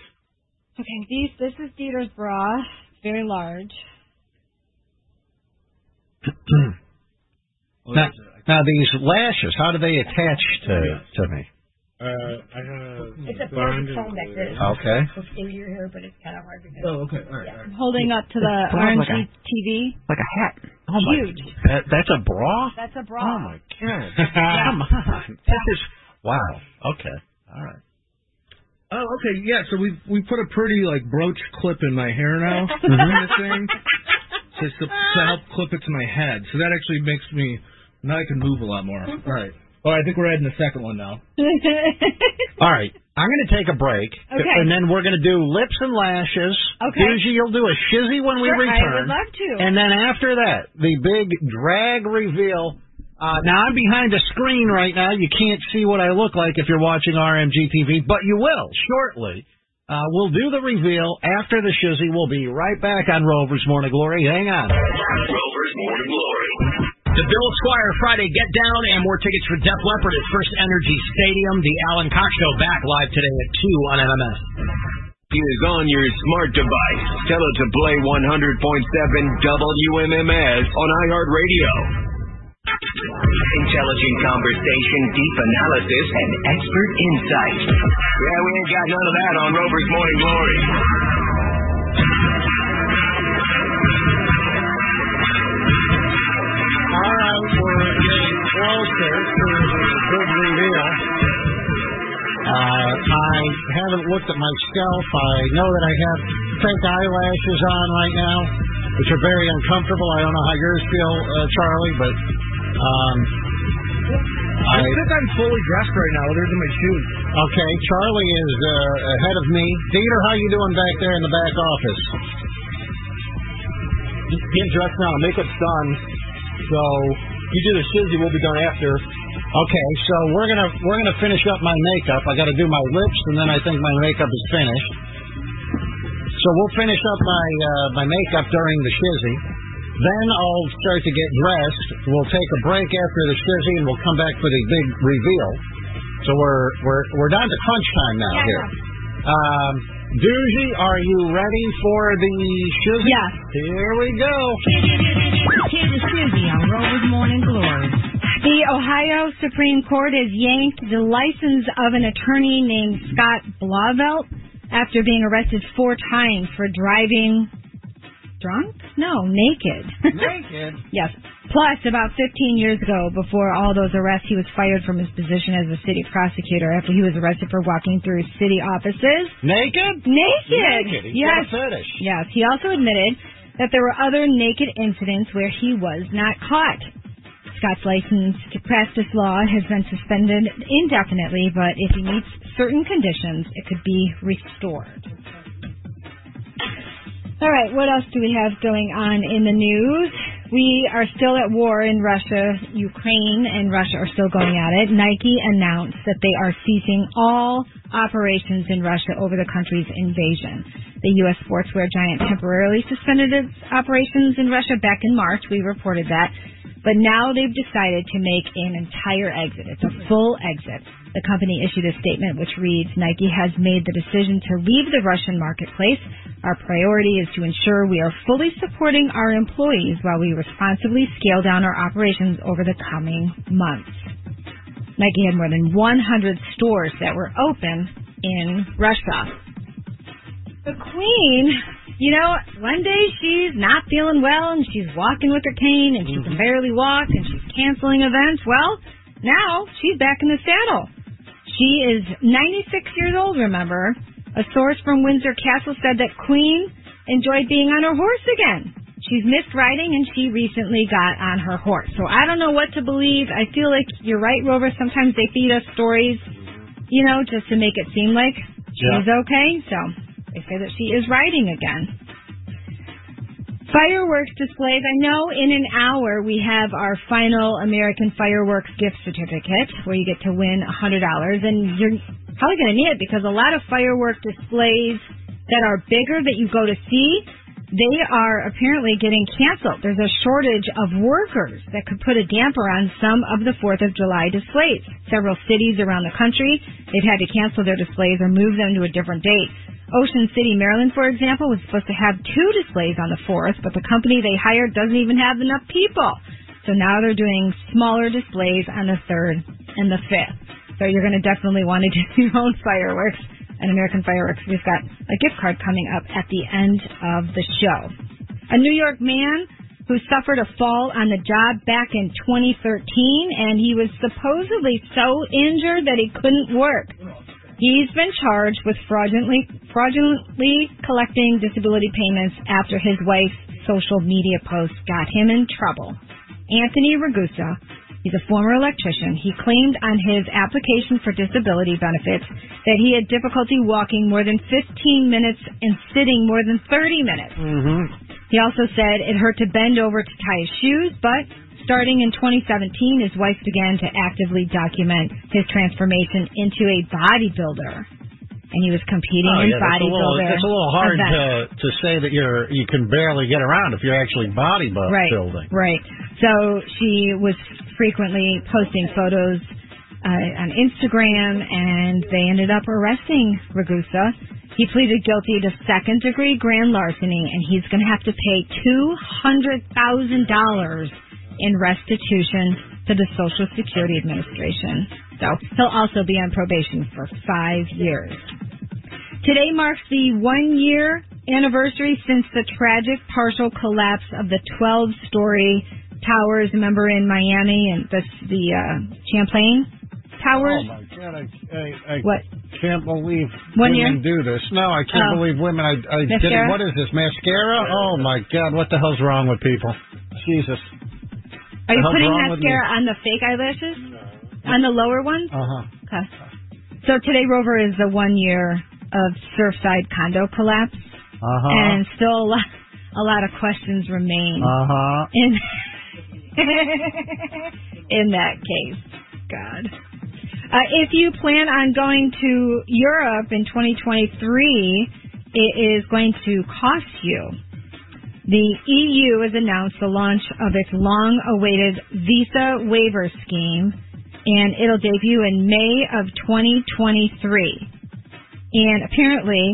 Speaker 4: Okay, these, this is Dieter's bra, It's very large.
Speaker 3: now, now these lashes, how do they attach to to me?
Speaker 5: Uh, I have
Speaker 11: it's a
Speaker 5: blonde
Speaker 11: perfect phone
Speaker 5: and
Speaker 11: back
Speaker 5: blue.
Speaker 11: there.
Speaker 3: Okay.
Speaker 11: It's in your hair, but it's kind of hard because.
Speaker 3: Oh, okay. All right.
Speaker 4: I'm holding up to the
Speaker 12: It's
Speaker 4: RNG
Speaker 12: almost like
Speaker 4: TV.
Speaker 12: Like a hat.
Speaker 3: Oh my-
Speaker 4: Huge.
Speaker 3: That, that's a bra.
Speaker 4: *laughs* That's a
Speaker 3: Oh
Speaker 4: bra.
Speaker 3: my god! Come on, *laughs* this is wow. Okay, all right.
Speaker 6: Oh, okay, yeah. So we we put a pretty like brooch clip in my hair
Speaker 12: *laughs*
Speaker 6: now, kind of
Speaker 3: *laughs*
Speaker 6: thing, just to, to help clip it to my head. So that actually makes me now I can move a lot more. All right. All right, I think we're adding the second one now.
Speaker 3: All right, I'm going to take a break,
Speaker 6: Okay.
Speaker 3: and then we're going to do lips and lashes.
Speaker 6: Okay.
Speaker 3: Usually you'll do a shizzy when we
Speaker 6: Sure, I would
Speaker 3: return.
Speaker 6: love to.
Speaker 3: And then after that, the big drag reveal. Uh, now I'm behind a screen right now. You can't see what I look like if you're watching RMG TV, but you will shortly. Uh, we'll do the reveal after the shizzy. We'll be right back on Rover's Morning Glory. Hang on.
Speaker 8: Rover's Morning Glory.
Speaker 7: The Bill Squire Friday Get Down and more tickets for Def Leppard at First Energy Stadium. The Alan Cox Show back live today at 2 on MMS.
Speaker 8: Is on your smart device. Tell it to play 100.7 WMMS on iHeartRadio. Intelligent conversation, deep analysis, and expert insight. Yeah, we ain't got none of that on Rover's Morning Glory.
Speaker 3: All right, we're getting closer to the big reveal. Uh, I haven't looked at myself. I know that I have fake eyelashes on right now, which are very uncomfortable. I don't know how yours feel, uh, Charlie, but um,
Speaker 6: I, think I'm fully dressed right now, other than my shoes.
Speaker 3: okay. Charlie is uh, ahead of me. Dieter, how you doing back there in the back office?
Speaker 10: Getting dressed now. Makeup's done. So you do the shizzy. We'll be done after.
Speaker 3: Okay, so we're gonna we're gonna finish up my makeup. I got to do my lips, and then I think my makeup is finished. So we'll finish up my uh, my makeup during the shizzy. Then I'll start to get dressed. We'll take a break after the shizzy, and we'll come back for the big reveal. So we're we're we're down to crunch time now
Speaker 8: Yeah,
Speaker 3: here. Um, Doozy, are you ready for the shizzy?
Speaker 8: Yeah.
Speaker 3: Here we go.
Speaker 4: Here's a shizzy on Rover's Morning Glory. The Ohio Supreme Court has yanked the license of an attorney named Scott Blauvelt after being arrested four times for driving drunk? No, naked.
Speaker 3: Naked.
Speaker 4: *laughs* Yes. Plus, about 15 years ago, before all those arrests, he was fired from his position as a city prosecutor after he was arrested for walking through city offices.
Speaker 3: Naked?
Speaker 4: Naked.
Speaker 3: Naked. He's
Speaker 4: yes.
Speaker 3: got a fetish.
Speaker 4: Yes. He also admitted that there were other naked incidents where he was not caught. Scott's license to practice law has been suspended indefinitely, but if he meets certain conditions, it could be restored. All right, what else do we have going on in the news? We are still at war in Russia. Ukraine and Russia are still going at it. Nike announced that they are ceasing all operations in Russia over the country's invasion. The U.S. sportswear giant temporarily suspended its operations in Russia back in March. We reported that. But now they've decided to make an entire exit. It's a full exit. The company issued a statement which reads Nike has made the decision to leave the Russian marketplace. Our priority is to ensure we are fully supporting our employees while we responsibly scale down our operations over the coming months. Nike had more than 100 stores that were open in Russia. The Queen, you know, one day she's not feeling well and she's walking with her cane and she can barely walk and she's canceling events. Well, now she's back in the saddle. She is 96 years old, remember? A source from Windsor Castle said that Queen enjoyed being on her horse again. She's missed riding and she recently got on her horse. So I don't know what to believe. I feel like you're right, Rover. Sometimes they feed us stories, you know, just to make it seem like she's okay. So they say that she is riding again. Fireworks displays. I know in an hour we have our final American Fireworks gift certificate where you get to win a $100 and you're probably going to need it because a lot of firework displays that are bigger that you go to see, they are apparently getting canceled. There's a shortage of workers that could put a damper on some of the 4th of July displays. Several cities around the country, they've had to cancel their displays or move them to a different date. Ocean City, Maryland, for example, was supposed to have two displays on the 4th, but the company they hired doesn't even have enough people. So now they're doing smaller displays on the 3rd and the 5th. So you're going to definitely want to *laughs* do your own fireworks at American Fireworks. We've got a gift card coming up at the end of the show. A New York man who suffered a fall on the job back in 2013, and he was supposedly so injured that he couldn't work. He's been charged with fraudulently fraudulently collecting disability payments after his wife's social media posts got him in trouble. Anthony Ragusa, he's a former electrician. He claimed on his application for disability benefits that he had difficulty walking more than 15 minutes and sitting more than 30 minutes.
Speaker 8: Mm-hmm.
Speaker 4: He also said it hurt to bend over to tie his shoes, but starting in 2017, his wife began to actively document his transformation into a bodybuilder. And he was competing
Speaker 3: Oh,
Speaker 4: in
Speaker 3: yeah, that's a little,
Speaker 4: bodybuilder.
Speaker 3: that's a little hard
Speaker 4: events.
Speaker 3: to, to say that you're you can barely get around if you're actually bodybuilding.
Speaker 4: right, Right. So she was frequently posting photos uh, on Instagram, and they ended up arresting Ragusa. He pleaded guilty to second degree grand larceny, and he's going to have to pay $200,000 in restitution to the Social Security Administration. So he'll also be on probation for five years. Today marks the one year anniversary since the tragic partial collapse of the 12 story towers, remember in Miami and the, the uh, Champlain Towers?
Speaker 3: Oh my god, I, I, I
Speaker 4: What?
Speaker 3: can't believe
Speaker 4: One
Speaker 3: women do this. No, I
Speaker 4: Oh.
Speaker 3: can't believe women. I, I did it.
Speaker 4: Mascara?
Speaker 3: What is this mascara? Oh my god, what the hell's wrong with people? Jesus.
Speaker 4: Are you
Speaker 3: The hell's
Speaker 4: putting
Speaker 3: wrong with me?
Speaker 4: mascara on the fake eyelashes? On the lower ones?
Speaker 3: Uh huh.
Speaker 4: Okay. So today, Rover, is the one year of Surfside condo collapse,
Speaker 3: Uh huh.
Speaker 4: and still a lot, a lot of questions remain.
Speaker 3: Uh huh.
Speaker 4: in *laughs*
Speaker 3: *laughs*
Speaker 4: in that case. God. Uh, if you plan on going to Europe in 2023, it is going to cost you. The EU has announced the launch of its long-awaited visa waiver scheme, and it'll debut in May of 2023. And apparently,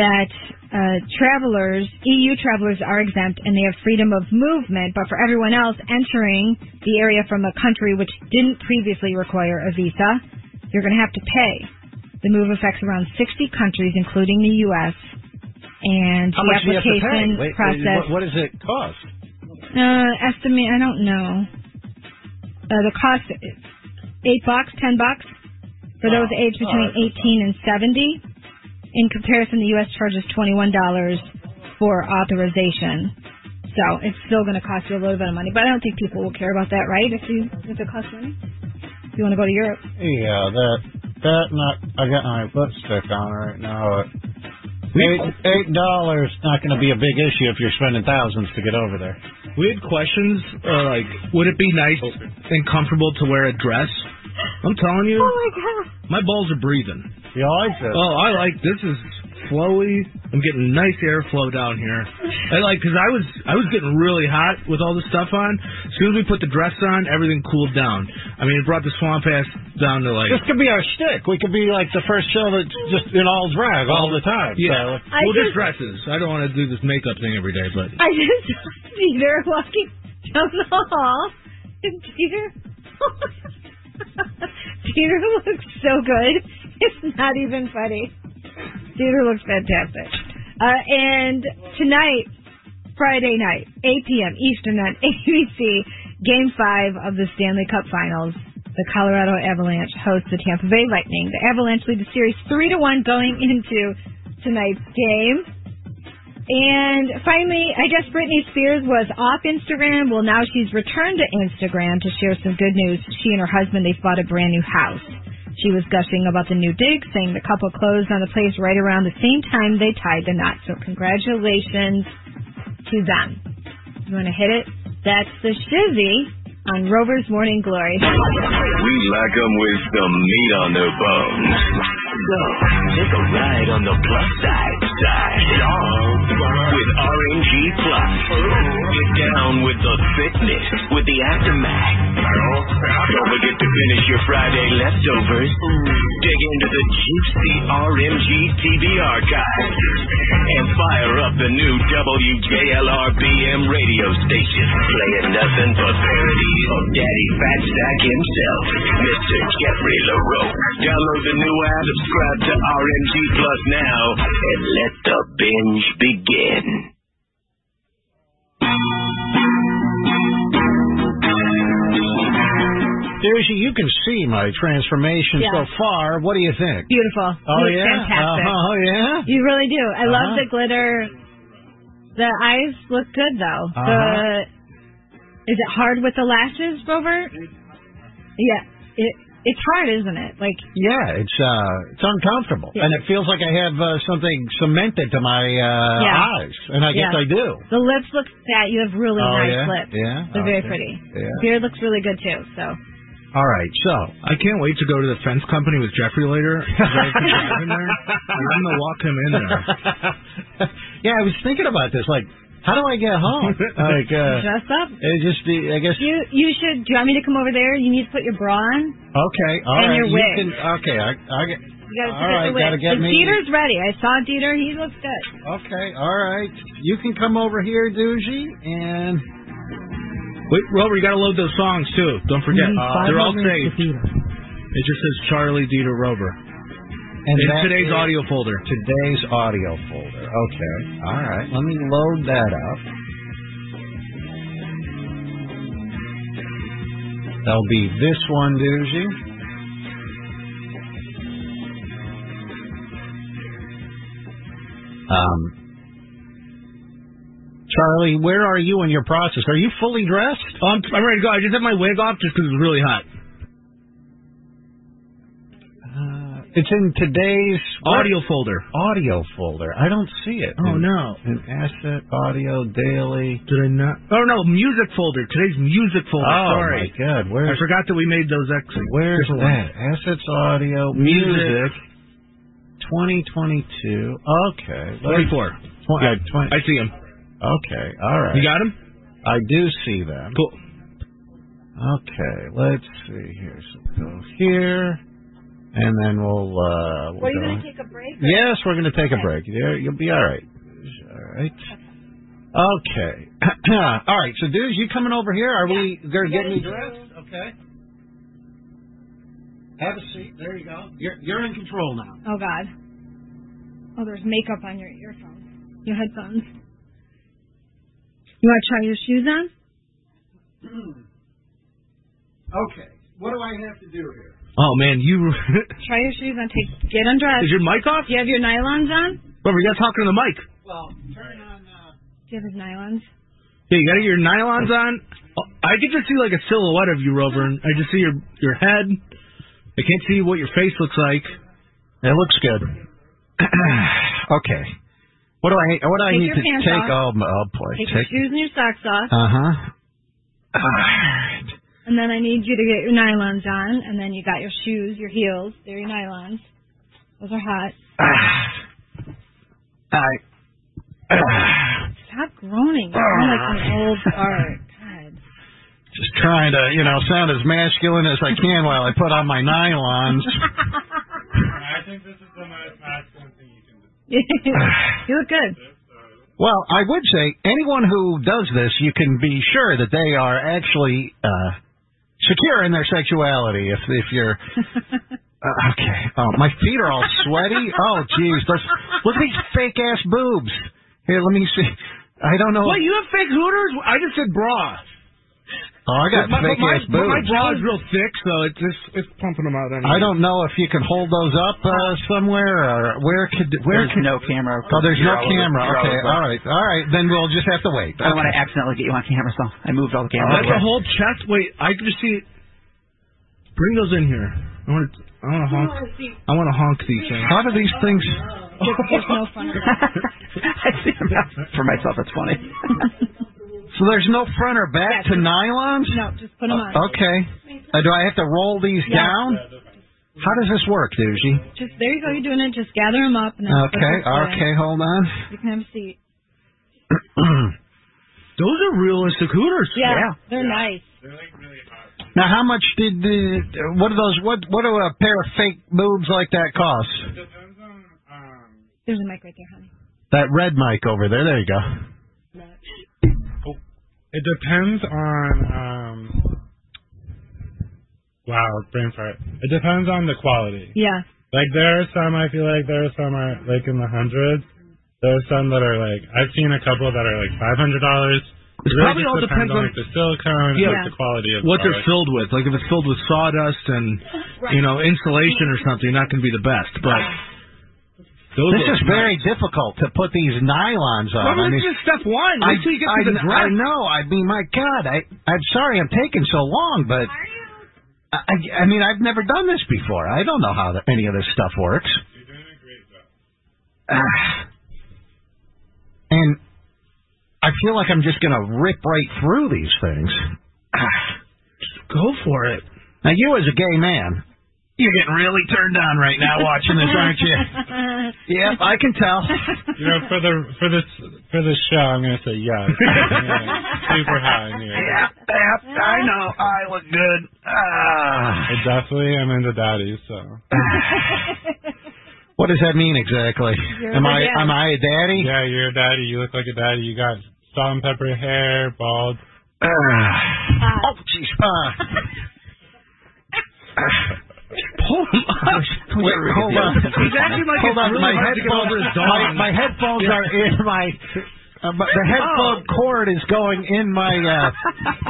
Speaker 4: that uh, travelers, EU travelers, are exempt and they have freedom of movement. But for everyone else entering the area from a country which didn't previously require a visa, you're going to have to pay. The move affects around 60 countries, including the U.S. And
Speaker 3: How
Speaker 4: the
Speaker 3: much do you have to pay?
Speaker 4: application
Speaker 3: Wait,
Speaker 4: process.
Speaker 3: what, what does it cost?
Speaker 4: Uh, estimate. I don't know. Uh, the cost is eight bucks, ten bucks for those aged between
Speaker 8: alright, that's
Speaker 4: eighteen and seventy. In comparison, the U.S. charges twenty-one dollars for authorization. So it's still going to cost you a little bit of money, but I don't think people will care about that, right? If you if it costs money, if you want to go to Europe.
Speaker 3: Yeah, that that not. I got my lipstick on right now. Eight eight dollars not going to be a big issue if you're spending thousands to get over there.
Speaker 6: We had questions uh, like, would it be nice and comfortable to wear a dress? I'm telling you,
Speaker 4: Oh my god.
Speaker 6: my balls are breathing.
Speaker 3: You like this?
Speaker 6: Oh, I like this. Is flowy. I'm getting nice airflow down here. I like because I was I was getting really hot with all the stuff on. As soon as we put the dress on, everything cooled down. I mean, it brought the swamp ass down to like
Speaker 3: This could be our shtick. We could be like the first show that's just in all drag all the time.
Speaker 6: Yeah,
Speaker 3: So.
Speaker 4: I
Speaker 6: well, just
Speaker 4: just-
Speaker 6: dresses. I don't want to do this makeup thing every day, but
Speaker 4: *laughs* I just saw Peter walking down the hall, and Peter, Peter *laughs* looks so good. It's not even funny. Peter looks fantastic. Uh, and tonight, Friday night, 8 p.m. Eastern on *laughs* ABC, Game 5 of the Stanley Cup Finals. The Colorado Avalanche hosts the Tampa Bay Lightning. The Avalanche lead the series 3 to 1 going *laughs* into tonight's game. And finally, I guess Britney Spears was off Instagram. Well, now she's returned to Instagram to share some good news. She and her husband, they've bought a brand new house. She was gushing about the new dig, saying the couple closed on the place right around the same time they tied the knot. So congratulations to them. You want to hit it? That's the Chevy on Rover's Morning Glory.
Speaker 8: We like 'em with some meat on their bones. So, take a ride on the plus side. Side it all with RNG Plus. Get down with the fitness with the Aftermath. Don't forget to finish your Friday leftovers. Dig into the juicy RMG TV archives and fire up the new WJLRBM radio station. Playing nothing but parodies of Daddy Fatstack himself, Mr. Jeffrey LaRoe. Download the new app, subscribe to RMG Plus now, and let the binge begin.
Speaker 3: Seriously, you can see my transformation
Speaker 4: Yeah.
Speaker 3: so far. What do you think?
Speaker 4: Beautiful.
Speaker 3: Oh,
Speaker 4: you look
Speaker 3: yeah?
Speaker 4: Fantastic.
Speaker 3: Uh-huh, oh, yeah?
Speaker 4: You really do. I love
Speaker 3: Uh-huh.
Speaker 4: the glitter. The eyes look good though.
Speaker 3: Uh-huh.
Speaker 4: The is it hard with the lashes, Robert? Yeah. It it's hard, isn't it? Like
Speaker 3: Yeah, it's uh, it's uncomfortable, and it feels like I have uh, something cemented to my uh,
Speaker 4: Yeah.
Speaker 3: eyes, and I guess
Speaker 4: Yeah.
Speaker 3: I do.
Speaker 4: the lips look fat. You have really
Speaker 3: oh
Speaker 4: nice
Speaker 3: yeah,
Speaker 4: lips.
Speaker 3: yeah,
Speaker 4: They're very
Speaker 3: okay.
Speaker 4: pretty.
Speaker 3: Yeah.
Speaker 4: Beard looks really good too. So
Speaker 3: All right, so
Speaker 6: I can't wait to go to the fence company with Jeffrey
Speaker 3: *laughs*
Speaker 6: later. 'cause I can drive in there.
Speaker 4: *laughs*
Speaker 6: I'm gonna walk him in there.
Speaker 3: yeah, I was thinking about this, like, how do I get home? like, uh,
Speaker 4: dress up.
Speaker 3: it just the, I guess.
Speaker 4: You you should. Do you want me to come over there? You need to put your bra on.
Speaker 3: Okay, all
Speaker 4: And
Speaker 3: right,
Speaker 4: your
Speaker 3: you
Speaker 4: wig.
Speaker 3: can. Okay, I, I get.
Speaker 4: You gotta
Speaker 3: All
Speaker 4: pick up
Speaker 3: right,
Speaker 4: the wig.
Speaker 3: gotta get
Speaker 4: And
Speaker 3: me-
Speaker 4: Dieter's ready. I saw Dieter. He looks good.
Speaker 3: Okay, all right, you can come over here, Doogie, and.
Speaker 6: Wait, Rover, you gotta load those songs too. Don't forget, uh,
Speaker 3: Mhm. Five
Speaker 6: they're all
Speaker 3: more minutes
Speaker 6: saved. It just says Charlie Dieter Rover.
Speaker 3: And
Speaker 6: in
Speaker 3: that
Speaker 6: today's
Speaker 3: is
Speaker 6: audio folder.
Speaker 3: Today's audio folder. Okay. All right. Let me load that up. That'll be this one, Doozy. Um, Charlie, where are you in your process? Are you fully dressed?
Speaker 6: Oh, I'm, I'm ready to go. I just have my wig off just 'cause it's really hot.
Speaker 3: Uh, it's in today's
Speaker 6: Audio folder.
Speaker 3: audio folder. I don't see it.
Speaker 6: Oh
Speaker 3: In-
Speaker 6: no.
Speaker 3: In asset audio daily.
Speaker 6: Did I not? Oh no, music folder. Today's music folder.
Speaker 3: oh
Speaker 6: Sorry.
Speaker 3: my God!
Speaker 6: I
Speaker 3: Where's
Speaker 6: forgot that we made those exits.
Speaker 3: Where's
Speaker 6: Different
Speaker 3: that?
Speaker 6: ones.
Speaker 3: Assets audio,
Speaker 6: Music.
Speaker 3: music, 2022. Okay. let's-
Speaker 6: 24.
Speaker 3: Twen- uh, 20
Speaker 6: I see him.
Speaker 3: okay, all right.
Speaker 6: You got him?
Speaker 3: I do see them.
Speaker 6: Cool.
Speaker 3: Okay, let's see here. So go here, and then we'll. uh we'll
Speaker 4: Were you
Speaker 3: go-
Speaker 4: gonna take a break?
Speaker 3: Yes, we're going to take a break. There, you'll be all right. All right. Okay. *clears throat* all right. So, dudes, you coming over here? Are we going to get me dressed? Okay. Have a seat. There you go. You're you're in control now. *clears throat*
Speaker 4: Oh God. Oh, there's makeup on your earphones, your headphones. You want to try your shoes on?
Speaker 3: Okay. What do I have to do here?
Speaker 6: Oh man, you *laughs*
Speaker 4: Try your shoes on. Take get undressed.
Speaker 6: is your mic off?
Speaker 4: Do you have your nylons on?
Speaker 6: Rover, you gotta talk to the mic.
Speaker 3: Well, turn on. Uh,
Speaker 4: Do you have his nylons?
Speaker 6: Yeah, you gotta get your nylons on. Oh, I can just see like a silhouette of you, Rover, and I just see your your head. I can't see what your face looks like.
Speaker 3: it looks good. *clears throat* okay. What do I what do I
Speaker 4: Take
Speaker 3: need
Speaker 4: your
Speaker 3: to
Speaker 4: pants
Speaker 3: take?
Speaker 4: off.
Speaker 3: Oh, my- oh boy.
Speaker 4: Take your shoes and your socks off,
Speaker 3: Uh huh. All right.
Speaker 4: and then I need you to get your nylons on, and then you got your shoes, your heels, they're your nylons. Those are hot.
Speaker 3: I.
Speaker 4: Stop groaning. You sound like an old fart. God.
Speaker 3: Just trying to, you know, sound as masculine as I can while I put
Speaker 4: *laughs*
Speaker 3: on my nylons.
Speaker 5: *laughs* I think this is the most masculine thing you can do.
Speaker 6: *laughs*
Speaker 4: you look good.
Speaker 3: Well, I would say anyone who does this, you can be sure that they are actually uh, secure in their sexuality. If if
Speaker 6: *laughs*
Speaker 3: you're uh, okay, oh, my feet are all sweaty. Oh, jeez, those- look at these fake ass boobs. Here, let me see. I don't know.
Speaker 6: What you have fake hooters? I just said bra.
Speaker 3: Oh, I got
Speaker 6: my,
Speaker 3: fake
Speaker 6: but my,
Speaker 3: ass
Speaker 6: but my
Speaker 3: boobs.
Speaker 6: bra is real thick, so it's just it's pumping them out. Anyway.
Speaker 3: I don't know if you can hold those up uh, somewhere or where could where
Speaker 12: There's
Speaker 3: could.
Speaker 12: no camera.
Speaker 3: Oh, there's
Speaker 12: You're
Speaker 3: no
Speaker 12: all over-
Speaker 3: camera.
Speaker 12: you're all
Speaker 3: Okay,
Speaker 12: over.
Speaker 3: all right, all right. Then we'll just have to wait.
Speaker 12: I don't want
Speaker 3: Okay.
Speaker 12: to accidentally get you on camera, so I moved all the cameras.
Speaker 6: That's a whole chest. Wait, I can just see. Bring those in here. I want to. I want to honk. I want to honk these things.
Speaker 3: How do these things?
Speaker 4: There's no
Speaker 3: *laughs*
Speaker 4: fun.
Speaker 12: *laughs* I see them for myself. It's funny.
Speaker 3: *laughs* So there's no front or back to nylons?
Speaker 4: No, just put 'em on.
Speaker 3: Okay. Uh, do I have to roll these
Speaker 4: Yeah.
Speaker 3: down? How does this work, Doozy?
Speaker 4: Just there you go. You're doing it. Just gather them up. And then put
Speaker 3: Okay,
Speaker 4: 'em away.
Speaker 3: okay, hold on.
Speaker 4: You can have a seat.
Speaker 3: *clears throat*
Speaker 6: Those are realistic hooters.
Speaker 4: Yeah, they're nice.
Speaker 3: Now, how much did the what do those what what do a pair of fake boobs like that cost?
Speaker 4: There's a mic right there, honey.
Speaker 3: That red mic over there. There you go.
Speaker 5: It depends on um. Wow, brain fart. It depends on the quality.
Speaker 3: *laughs*
Speaker 4: Yeah.
Speaker 5: Like there are some I feel like there are some are like in the hundreds. There are some that are like I've seen a couple that are like five hundred dollars.
Speaker 6: It probably all depends on-
Speaker 5: like the silicone, and,
Speaker 6: Yeah.
Speaker 5: like the quality of
Speaker 6: What
Speaker 5: the
Speaker 6: they're filled with, like if it's filled with sawdust and you know insulation or something, not going to be the best. But those
Speaker 3: this
Speaker 6: look
Speaker 3: is very
Speaker 6: nice.
Speaker 3: difficult to put these nylons on.
Speaker 6: Well,
Speaker 3: I
Speaker 6: this
Speaker 3: mean,
Speaker 6: is step one.
Speaker 3: I,
Speaker 6: Wait till you get
Speaker 3: I,
Speaker 6: to the
Speaker 3: I
Speaker 6: dress.
Speaker 3: know. I mean, my God, I I'm sorry I'm taking so long, but I, I- I mean I've never done this before. I don't know how the, any of this stuff works. Ah. *sighs* and I feel like I'm just gonna rip right through these things.
Speaker 6: *sighs* Go for it.
Speaker 3: Now you, as a gay man, you're getting really turned on right now watching this, aren't
Speaker 6: *laughs*
Speaker 3: you? Yep, I can tell.
Speaker 5: You know,
Speaker 4: *laughs*
Speaker 5: for the for this for this show, I'm gonna say
Speaker 6: *laughs*
Speaker 5: yes. Yeah, super high. Yeah.
Speaker 3: Yep, I know. I look
Speaker 4: *laughs*
Speaker 3: good.
Speaker 5: I
Speaker 3: Ah.
Speaker 5: definitely am into daddies, so
Speaker 3: What does that mean exactly?
Speaker 5: You're
Speaker 3: am
Speaker 5: the
Speaker 3: I
Speaker 5: dad.
Speaker 3: am I a daddy?
Speaker 5: yeah, you're a daddy. You look like a daddy. You got salt and pepper hair, bald.
Speaker 3: Ah.
Speaker 4: Ah.
Speaker 3: oh, jeez. Uh,
Speaker 6: Pull them up.
Speaker 3: Wait, hold on.
Speaker 6: He's acting like it's
Speaker 3: hold on.
Speaker 6: really
Speaker 3: my
Speaker 6: hard to get over
Speaker 3: headphones.
Speaker 6: his
Speaker 3: My,
Speaker 6: dong.
Speaker 3: my headphones
Speaker 6: Yeah.
Speaker 3: are in
Speaker 5: *laughs*
Speaker 3: my. Uh, my- the headphone cord is going in my uh,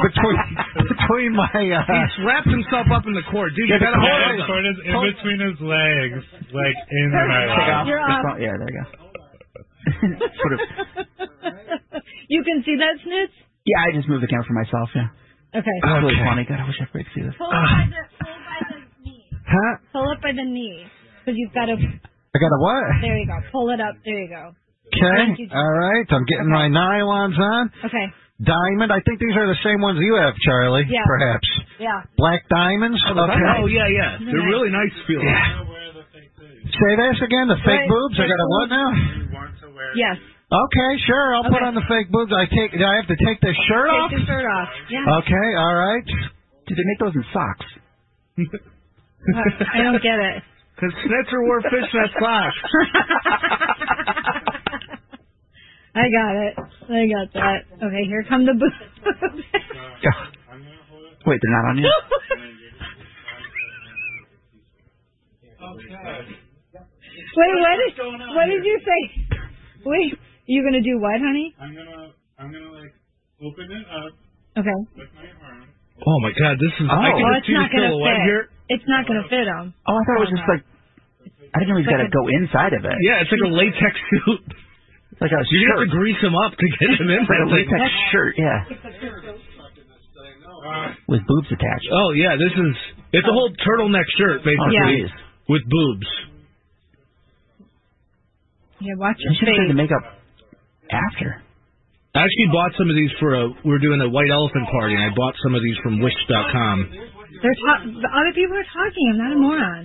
Speaker 3: between between my. Uh,
Speaker 6: He's wrapped himself up in the cord, dude.
Speaker 3: Yeah,
Speaker 6: You gotta
Speaker 3: the
Speaker 6: hold
Speaker 5: His
Speaker 6: it.
Speaker 5: foot is in between his legs, like in the nylon.
Speaker 4: You're off.
Speaker 12: Yeah, there you go.
Speaker 4: Sort of. you can see that snitch.
Speaker 12: Yeah, I just moved the camera for myself. Yeah,
Speaker 4: Okay.
Speaker 12: it's really funny. God, I wish I could see this.
Speaker 4: Pull it by the pull it by the knee. Pull it by
Speaker 3: huh?
Speaker 4: the knee. Because you've got to.
Speaker 3: I got a what?
Speaker 4: There you go. Pull it up. There you go. Thank you.
Speaker 3: Okay. All right. I'm getting my nylons on.
Speaker 4: Okay.
Speaker 3: Diamond. I think these are the same ones you have, Charlie.
Speaker 4: Yeah.
Speaker 3: Perhaps.
Speaker 4: Yeah.
Speaker 3: Black diamonds.
Speaker 6: Oh
Speaker 3: Okay.
Speaker 6: yeah, yeah. They're really nice feeling.
Speaker 3: Yeah. Say this again. The fake
Speaker 4: Right.
Speaker 3: boobs. I got a what now?
Speaker 4: Yes.
Speaker 3: Okay, sure. I'll put
Speaker 4: Okay.
Speaker 3: on the fake boobs. I take. Do I have to take this shirt
Speaker 4: Take
Speaker 3: off?
Speaker 4: your shirt off. Yeah.
Speaker 3: Okay. All right.
Speaker 12: Did they make those in socks?
Speaker 4: I don't get it. *laughs*
Speaker 6: Because Snetzer wore fishnet socks.
Speaker 4: I got it. I got that. Okay, here come the boobs. *laughs*
Speaker 12: Wait, they're not on you.
Speaker 4: Wait, what did what did you say? Wait, you gonna do what, honey?
Speaker 5: I'm gonna I'm gonna like open it up
Speaker 4: Okay.
Speaker 5: with my arm.
Speaker 6: Oh my god, this is. I can
Speaker 4: well, it's
Speaker 6: just see the
Speaker 4: not gonna
Speaker 6: silhouette
Speaker 4: fit.
Speaker 6: here.
Speaker 4: It's not gonna fit them.
Speaker 12: Oh, I thought it was just like. I didn't know he's got to go inside of it.
Speaker 6: Yeah, it's like a latex suit.
Speaker 12: Like a
Speaker 6: You have
Speaker 12: shirt.
Speaker 6: to grease him up to get him
Speaker 12: It's
Speaker 6: in
Speaker 12: like
Speaker 6: that
Speaker 12: a
Speaker 6: thing.
Speaker 12: latex shirt. *laughs* Yeah, with boobs attached.
Speaker 6: Oh yeah, this is. It's a whole turtleneck
Speaker 12: Oh,
Speaker 6: shirt basically
Speaker 12: jeez.
Speaker 6: with boobs.
Speaker 4: Yeah, watch
Speaker 12: You
Speaker 4: your
Speaker 12: should have done the
Speaker 4: face.
Speaker 12: makeup after.
Speaker 6: I actually bought some of these for a. We were doing a white elephant party, and I bought some of these from Wish.com.
Speaker 4: They're ta- the other people are talking. I'm not a moron.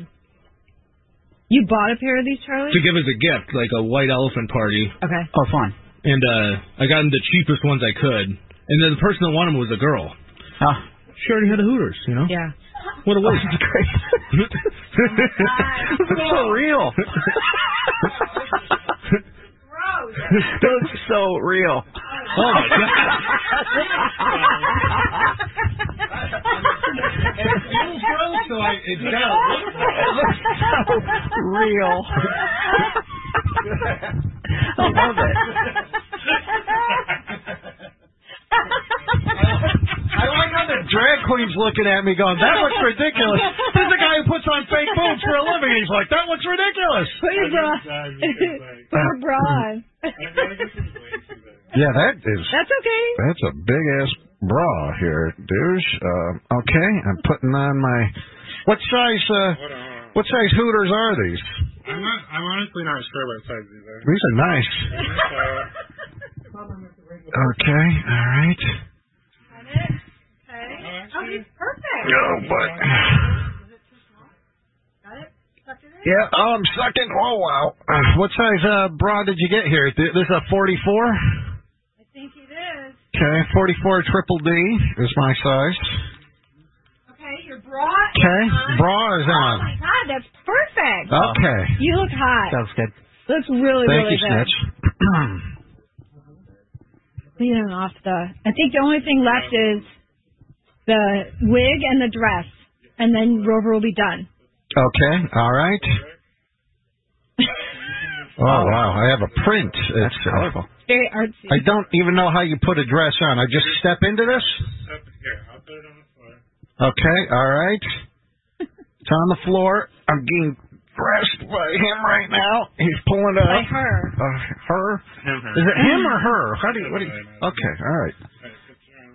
Speaker 4: You bought a pair of these, Charlie?
Speaker 6: to give as a gift, like a white elephant party,
Speaker 4: Okay.
Speaker 12: Oh, fun.
Speaker 6: and uh I got them the cheapest ones I could. And then the person that wanted them was a girl.
Speaker 12: Huh.
Speaker 6: She already had a
Speaker 12: *laughs*
Speaker 6: Hooters, *laughs* you know.
Speaker 4: Yeah.
Speaker 6: What a
Speaker 12: Oh,
Speaker 6: waste.
Speaker 12: *laughs* this is great. That's so
Speaker 6: *laughs*
Speaker 12: real. *laughs* Those are so real.
Speaker 6: oh my god.
Speaker 3: Oh,
Speaker 4: *laughs*
Speaker 12: Real. I love it.
Speaker 3: I like how the drag queen's looking at me, going, "That looks ridiculous." This is the guy who puts on fake boobs for a living. He's like, "That looks ridiculous."
Speaker 4: Put your bra. Put your bra on.
Speaker 3: Yeah, that is.
Speaker 4: That's okay.
Speaker 3: That's a big ass bra here, douche. Uh, okay, I'm putting on my. What size? Uh, What size Hooters are these?
Speaker 5: I'm not. I'm honestly not sure what size these are.
Speaker 3: These are nice.
Speaker 5: So,
Speaker 3: Okay, all right.
Speaker 8: Oh, he's perfect.
Speaker 3: No, but yeah. Oh, I'm sucking. Oh wow. Uh, what size uh, bra did you get here? Th- This is a 44.
Speaker 8: think it is.
Speaker 3: Okay, 44 triple D is my size.
Speaker 4: Okay, your bra.
Speaker 3: Okay, bra is
Speaker 4: Oh
Speaker 3: on.
Speaker 4: my god, that's perfect.
Speaker 3: Okay.
Speaker 4: You look hot.
Speaker 12: Sounds good.
Speaker 4: Looks really,
Speaker 3: Thank
Speaker 4: really
Speaker 3: you,
Speaker 4: good.
Speaker 3: Snitch.
Speaker 4: Leaving off the. I think the only thing left is the wig and the dress, and then Rover will be done.
Speaker 3: okay, all right. Oh wow, I have a print. It's uh,
Speaker 4: Very artsy.
Speaker 3: I don't even know how you put a dress on. I just step into this.
Speaker 5: up here. I'll put it on the floor.
Speaker 3: Okay, all right. It's on the floor. I'm getting pressed by him right now. He's pulling up.
Speaker 8: Oh. By her.
Speaker 3: Uh, her.
Speaker 5: Him, her.
Speaker 3: Is it him or her? How do you? What do you? Okay, all right.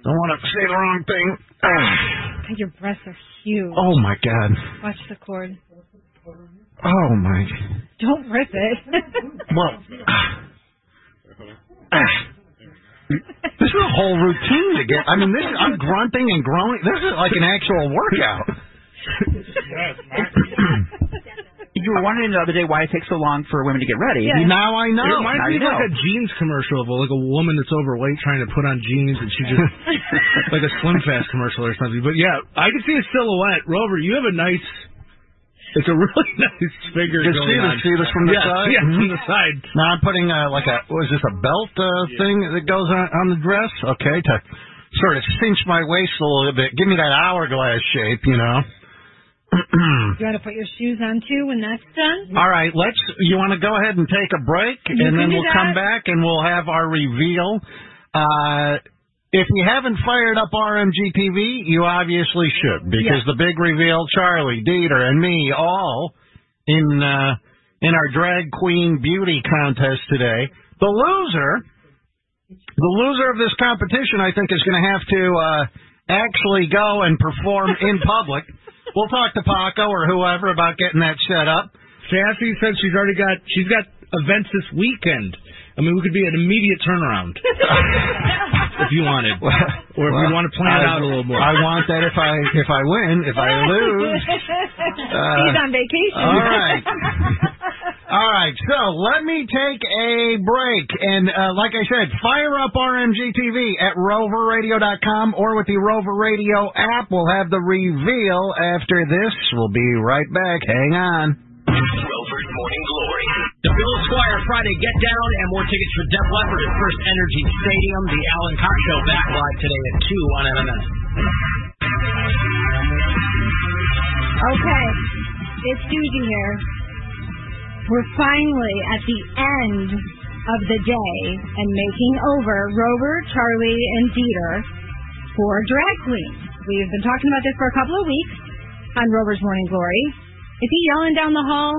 Speaker 3: Don't want to *clears throat* say the wrong thing. Ah.
Speaker 4: God, *clears throat* your breasts are huge.
Speaker 3: Oh my god.
Speaker 4: Watch the cord.
Speaker 3: Oh
Speaker 8: *laughs*
Speaker 3: my.
Speaker 4: Don't rip
Speaker 12: *laughs*
Speaker 4: it.
Speaker 3: Well. This is a whole routine to get. I mean, this I'm grunting and groaning. This is like an actual workout.
Speaker 12: *laughs* You were wondering the other day why it takes so long for women to get ready.
Speaker 6: Now I know. It reminds
Speaker 12: Now
Speaker 6: me
Speaker 12: you
Speaker 6: of like
Speaker 12: know.
Speaker 6: a jeans commercial of like a woman that's overweight trying to put on jeans and she
Speaker 12: *laughs*
Speaker 6: just like a Slim Fast commercial or something. But yeah, I can see a silhouette. Rover, you have a nice. It's a
Speaker 12: *laughs*
Speaker 6: really nice figure
Speaker 3: Just see
Speaker 6: going on.
Speaker 3: this, see this from the
Speaker 6: Yeah,
Speaker 3: side.
Speaker 6: Yeah, from
Speaker 12: Mm-hmm.
Speaker 3: Mhm.
Speaker 6: the side.
Speaker 3: Now I'm putting uh, like a was this a belt uh, thing that goes on on the dress? Okay, to sort of cinch my waist a little bit, give me that hourglass shape, you know. *clears throat*
Speaker 4: You want to put your shoes on too when that's done?
Speaker 3: All right, let's. You want to go ahead and take a break,
Speaker 4: You
Speaker 3: and
Speaker 4: can
Speaker 3: then
Speaker 4: do
Speaker 3: we'll
Speaker 4: that.
Speaker 3: come back and we'll have our reveal. Uh, if you haven't fired up RMGTV, you obviously should, because the big reveal, Charlie, Dieter, and me, all in uh, in our drag queen beauty contest today. The loser, the loser of this competition, I think, is going to have to uh, actually go and
Speaker 6: *laughs*
Speaker 3: perform in public. We'll talk to Paco or whoever about getting that set up.
Speaker 6: Sassy said she's already got she's got events this weekend. I mean, we could be an immediate
Speaker 2: *laughs*
Speaker 6: turnaround if you wanted, or if we
Speaker 3: Well,
Speaker 6: want to plan it out
Speaker 3: I-
Speaker 6: a little more.
Speaker 3: I want that if I if I win. If I lose,
Speaker 12: Uh,
Speaker 4: He's on vacation.
Speaker 3: all
Speaker 4: *laughs*
Speaker 3: right. all right. So let me take a break, and uh, like I said, fire up RMGTV at RoverRadio.com or with the Rover Radio app. We'll have the reveal after this. We'll be right back. Hang on.
Speaker 7: Rover's Morning Glory. The Bill Squire Friday Get Down and more tickets for Def Leppard at First Energy Stadium. The Alan Cox Show back live today at 2 on MMS.
Speaker 4: Okay, it's Susie here. We're finally at the end of the day and making over Rover, Charlie, and Dieter for Drag Queen. We've been talking about this for a couple of weeks on Rover's Morning Glory. Is he yelling down the hall?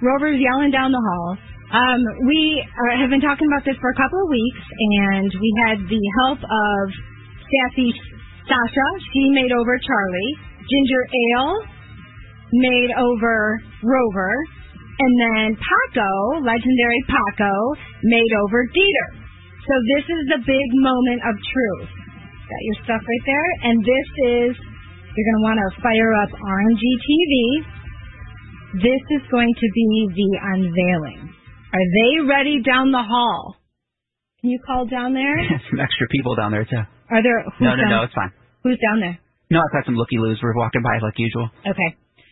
Speaker 4: Rover's yelling down the hall. Um, we uh, have been talking about this for a couple of weeks, and we had the help of Sassy Sasha. She made over Charlie. Ginger Ale made over Rover. And then Paco, legendary Paco, made over Dieter. So this is the big moment of truth. Got your stuff right there. And this is, you're going to want to fire up RMG TV this is going to be the unveiling. Are they ready down the hall? Can you call
Speaker 12: *laughs*
Speaker 4: down there?
Speaker 12: some extra people down there too.
Speaker 4: Are there who's
Speaker 12: No, no,
Speaker 4: down,
Speaker 12: no, it's fine.
Speaker 4: Who's down there?
Speaker 12: No, I've got some looky loos. We're walking by like usual.
Speaker 4: Okay.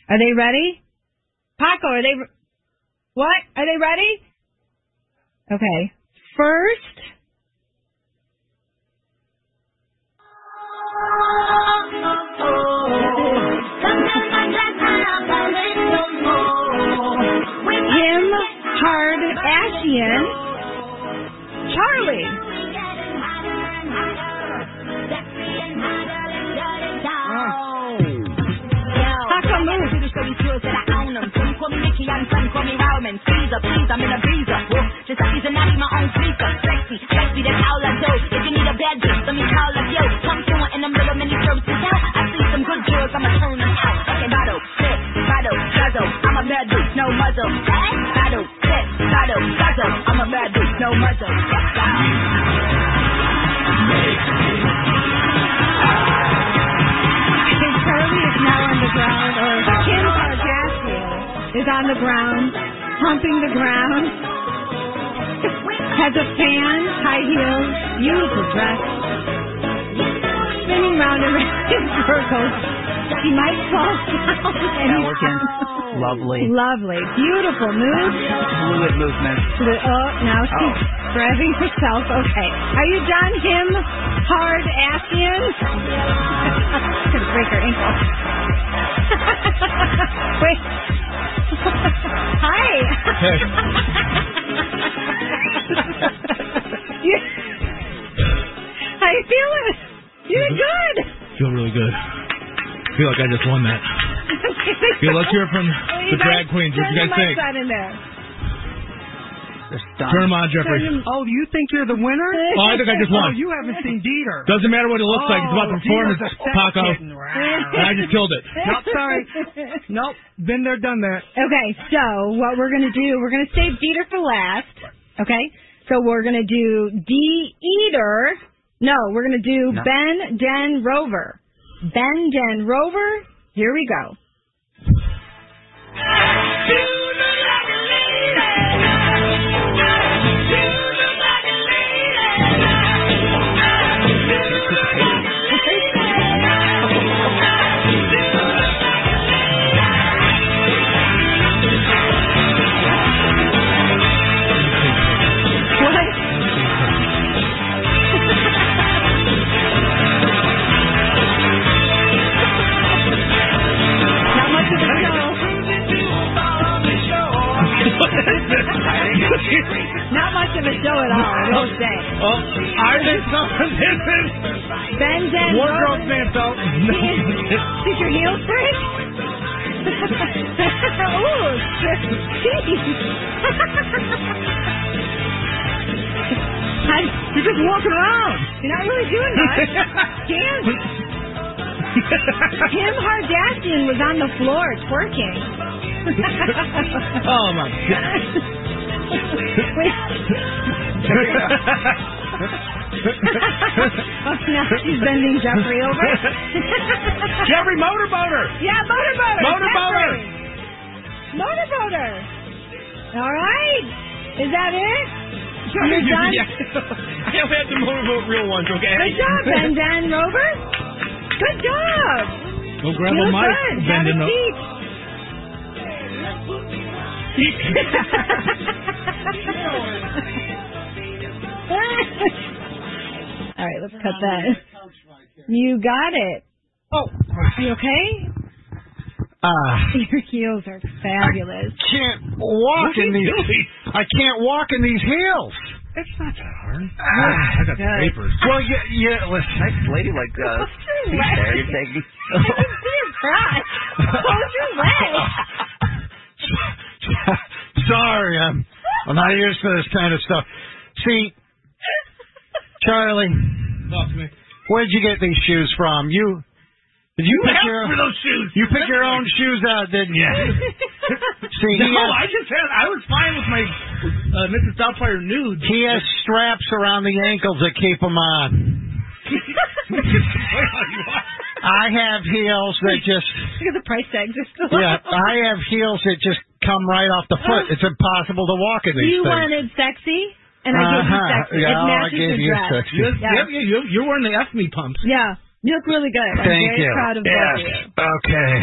Speaker 4: Are they ready? Paco, are they? re- What? Are they ready? Okay. First. Him, Hard Ashian, Charlie.
Speaker 8: Paco moves.
Speaker 4: is on the ground, humping the ground, has a fan, high heels, beautiful dress, spinning round and round in *laughs* circles. She might fall down.
Speaker 12: Elegant, lovely,
Speaker 4: Lovely, beautiful mood.
Speaker 12: fluid movement.
Speaker 4: The- Oh, now she's
Speaker 2: Oh.
Speaker 4: striving herself. Okay. Are you done, him? Hard *laughs* Asian? Could break her ankle. *laughs* Wait. *laughs* Hi. *laughs* You- How you feeling? You're good.
Speaker 6: Feel really good. Feel like I just won that. Yeah, Mm-hmm. let's hear
Speaker 4: *laughs*
Speaker 6: from the drag queens. What
Speaker 4: Turn
Speaker 6: you guys
Speaker 4: the
Speaker 6: think?
Speaker 4: mics on in there.
Speaker 6: Turn 'em on, Jeffrey.
Speaker 2: Turn 'em- Oh, you think you're the
Speaker 4: *laughs*
Speaker 2: winner?
Speaker 6: Oh, I think I just
Speaker 2: Oh,
Speaker 6: won.
Speaker 2: you haven't seen Dieter.
Speaker 6: Doesn't matter what it looks like. It's about
Speaker 2: Oh,
Speaker 6: performance,
Speaker 2: Dieter's a sex
Speaker 6: Paco.
Speaker 2: kitten.
Speaker 6: *laughs* And I just
Speaker 2: *laughs*
Speaker 6: killed it.
Speaker 2: Nope,
Speaker 4: *laughs*
Speaker 2: sorry. Nope. Been there, done that.
Speaker 4: Okay, so what we're gonna do, we're gonna save Dieter for last. Okay? So we're gonna do D Eater. No, we're gonna do
Speaker 13: No.
Speaker 4: Ben Den Rover. Ben Den Rover. Here we go. Not much of a show at all, I will say.
Speaker 6: Oh, I think someone did it.
Speaker 4: Ben Den
Speaker 6: Wardrobe
Speaker 4: Rover.
Speaker 6: man felt.
Speaker 4: Did your heels break? *laughs* Ooh, *laughs* You're just walking around. You're not really doing
Speaker 6: *laughs*
Speaker 4: much. Damn. Kim Kardashian was on the floor twerking.
Speaker 3: *laughs*
Speaker 6: Oh my god.
Speaker 4: oh, now she's bending Jeffrey over.
Speaker 6: *laughs* Jeffrey Motorboater.
Speaker 4: Yeah, motorboater.
Speaker 6: Motorboater.
Speaker 4: Jeffrey. Motorboater. All right. Is that it? You're done.
Speaker 7: Yeah. *laughs* yeah, we have to motorboat real ones, okay?
Speaker 4: Good job, Ben Dan Rover.
Speaker 3: *laughs*
Speaker 4: Good job.
Speaker 6: Go grab
Speaker 4: you
Speaker 6: a
Speaker 4: look
Speaker 6: mic.
Speaker 4: Good.
Speaker 6: Bend
Speaker 4: Have
Speaker 6: it
Speaker 4: a
Speaker 6: up.
Speaker 4: seat. *laughs* All right, let's cut that. You got it. Oh, you okay?
Speaker 3: Ah.
Speaker 4: *laughs* Your heels are fabulous.
Speaker 3: can't walk
Speaker 4: What are
Speaker 3: in
Speaker 4: you
Speaker 3: these. I can't walk in these heels.
Speaker 4: It's not that hard.
Speaker 3: Ah,
Speaker 6: I got the papers.
Speaker 3: Well, yeah, yeah. Listen, nice lady like
Speaker 7: *laughs*
Speaker 12: Uh,
Speaker 4: your leg?
Speaker 12: there, you take
Speaker 3: *laughs*
Speaker 12: me.
Speaker 4: Hold your leg.
Speaker 3: Sorry, I'm I'm not used to this kind of stuff. See, Charlie,
Speaker 6: Talk to me.
Speaker 3: where'd you get these shoes from? You did you
Speaker 6: You
Speaker 3: pick
Speaker 6: asked
Speaker 3: your
Speaker 6: for those shoes.
Speaker 3: You pick your own shoes out, didn't
Speaker 2: *laughs*
Speaker 3: you? See,
Speaker 6: no,
Speaker 3: he
Speaker 6: I
Speaker 3: has-
Speaker 6: just had. I was fine with my uh, Mrs. Doubtfire nude.
Speaker 3: He has straps around the ankles that keep him on. I have heels that just
Speaker 4: *laughs* Look at the price *laughs* tags are still
Speaker 3: yeah,
Speaker 4: up.
Speaker 3: I have heels that just come right off the foot. It's impossible to walk in these
Speaker 4: You
Speaker 3: things.
Speaker 4: wanted sexy, and I gave you
Speaker 3: Uh-huh.
Speaker 4: sexy.
Speaker 3: Yeah,
Speaker 4: it
Speaker 3: I
Speaker 4: matches your
Speaker 3: gave you
Speaker 4: dress.
Speaker 3: sexy.
Speaker 6: You're,
Speaker 4: Yeah.
Speaker 6: yeah, you- you're wearing the F me pumps.
Speaker 4: Yeah, you look really good. I'm
Speaker 3: Thank
Speaker 4: very
Speaker 3: you.
Speaker 4: proud of both of you.
Speaker 3: yes. Okay.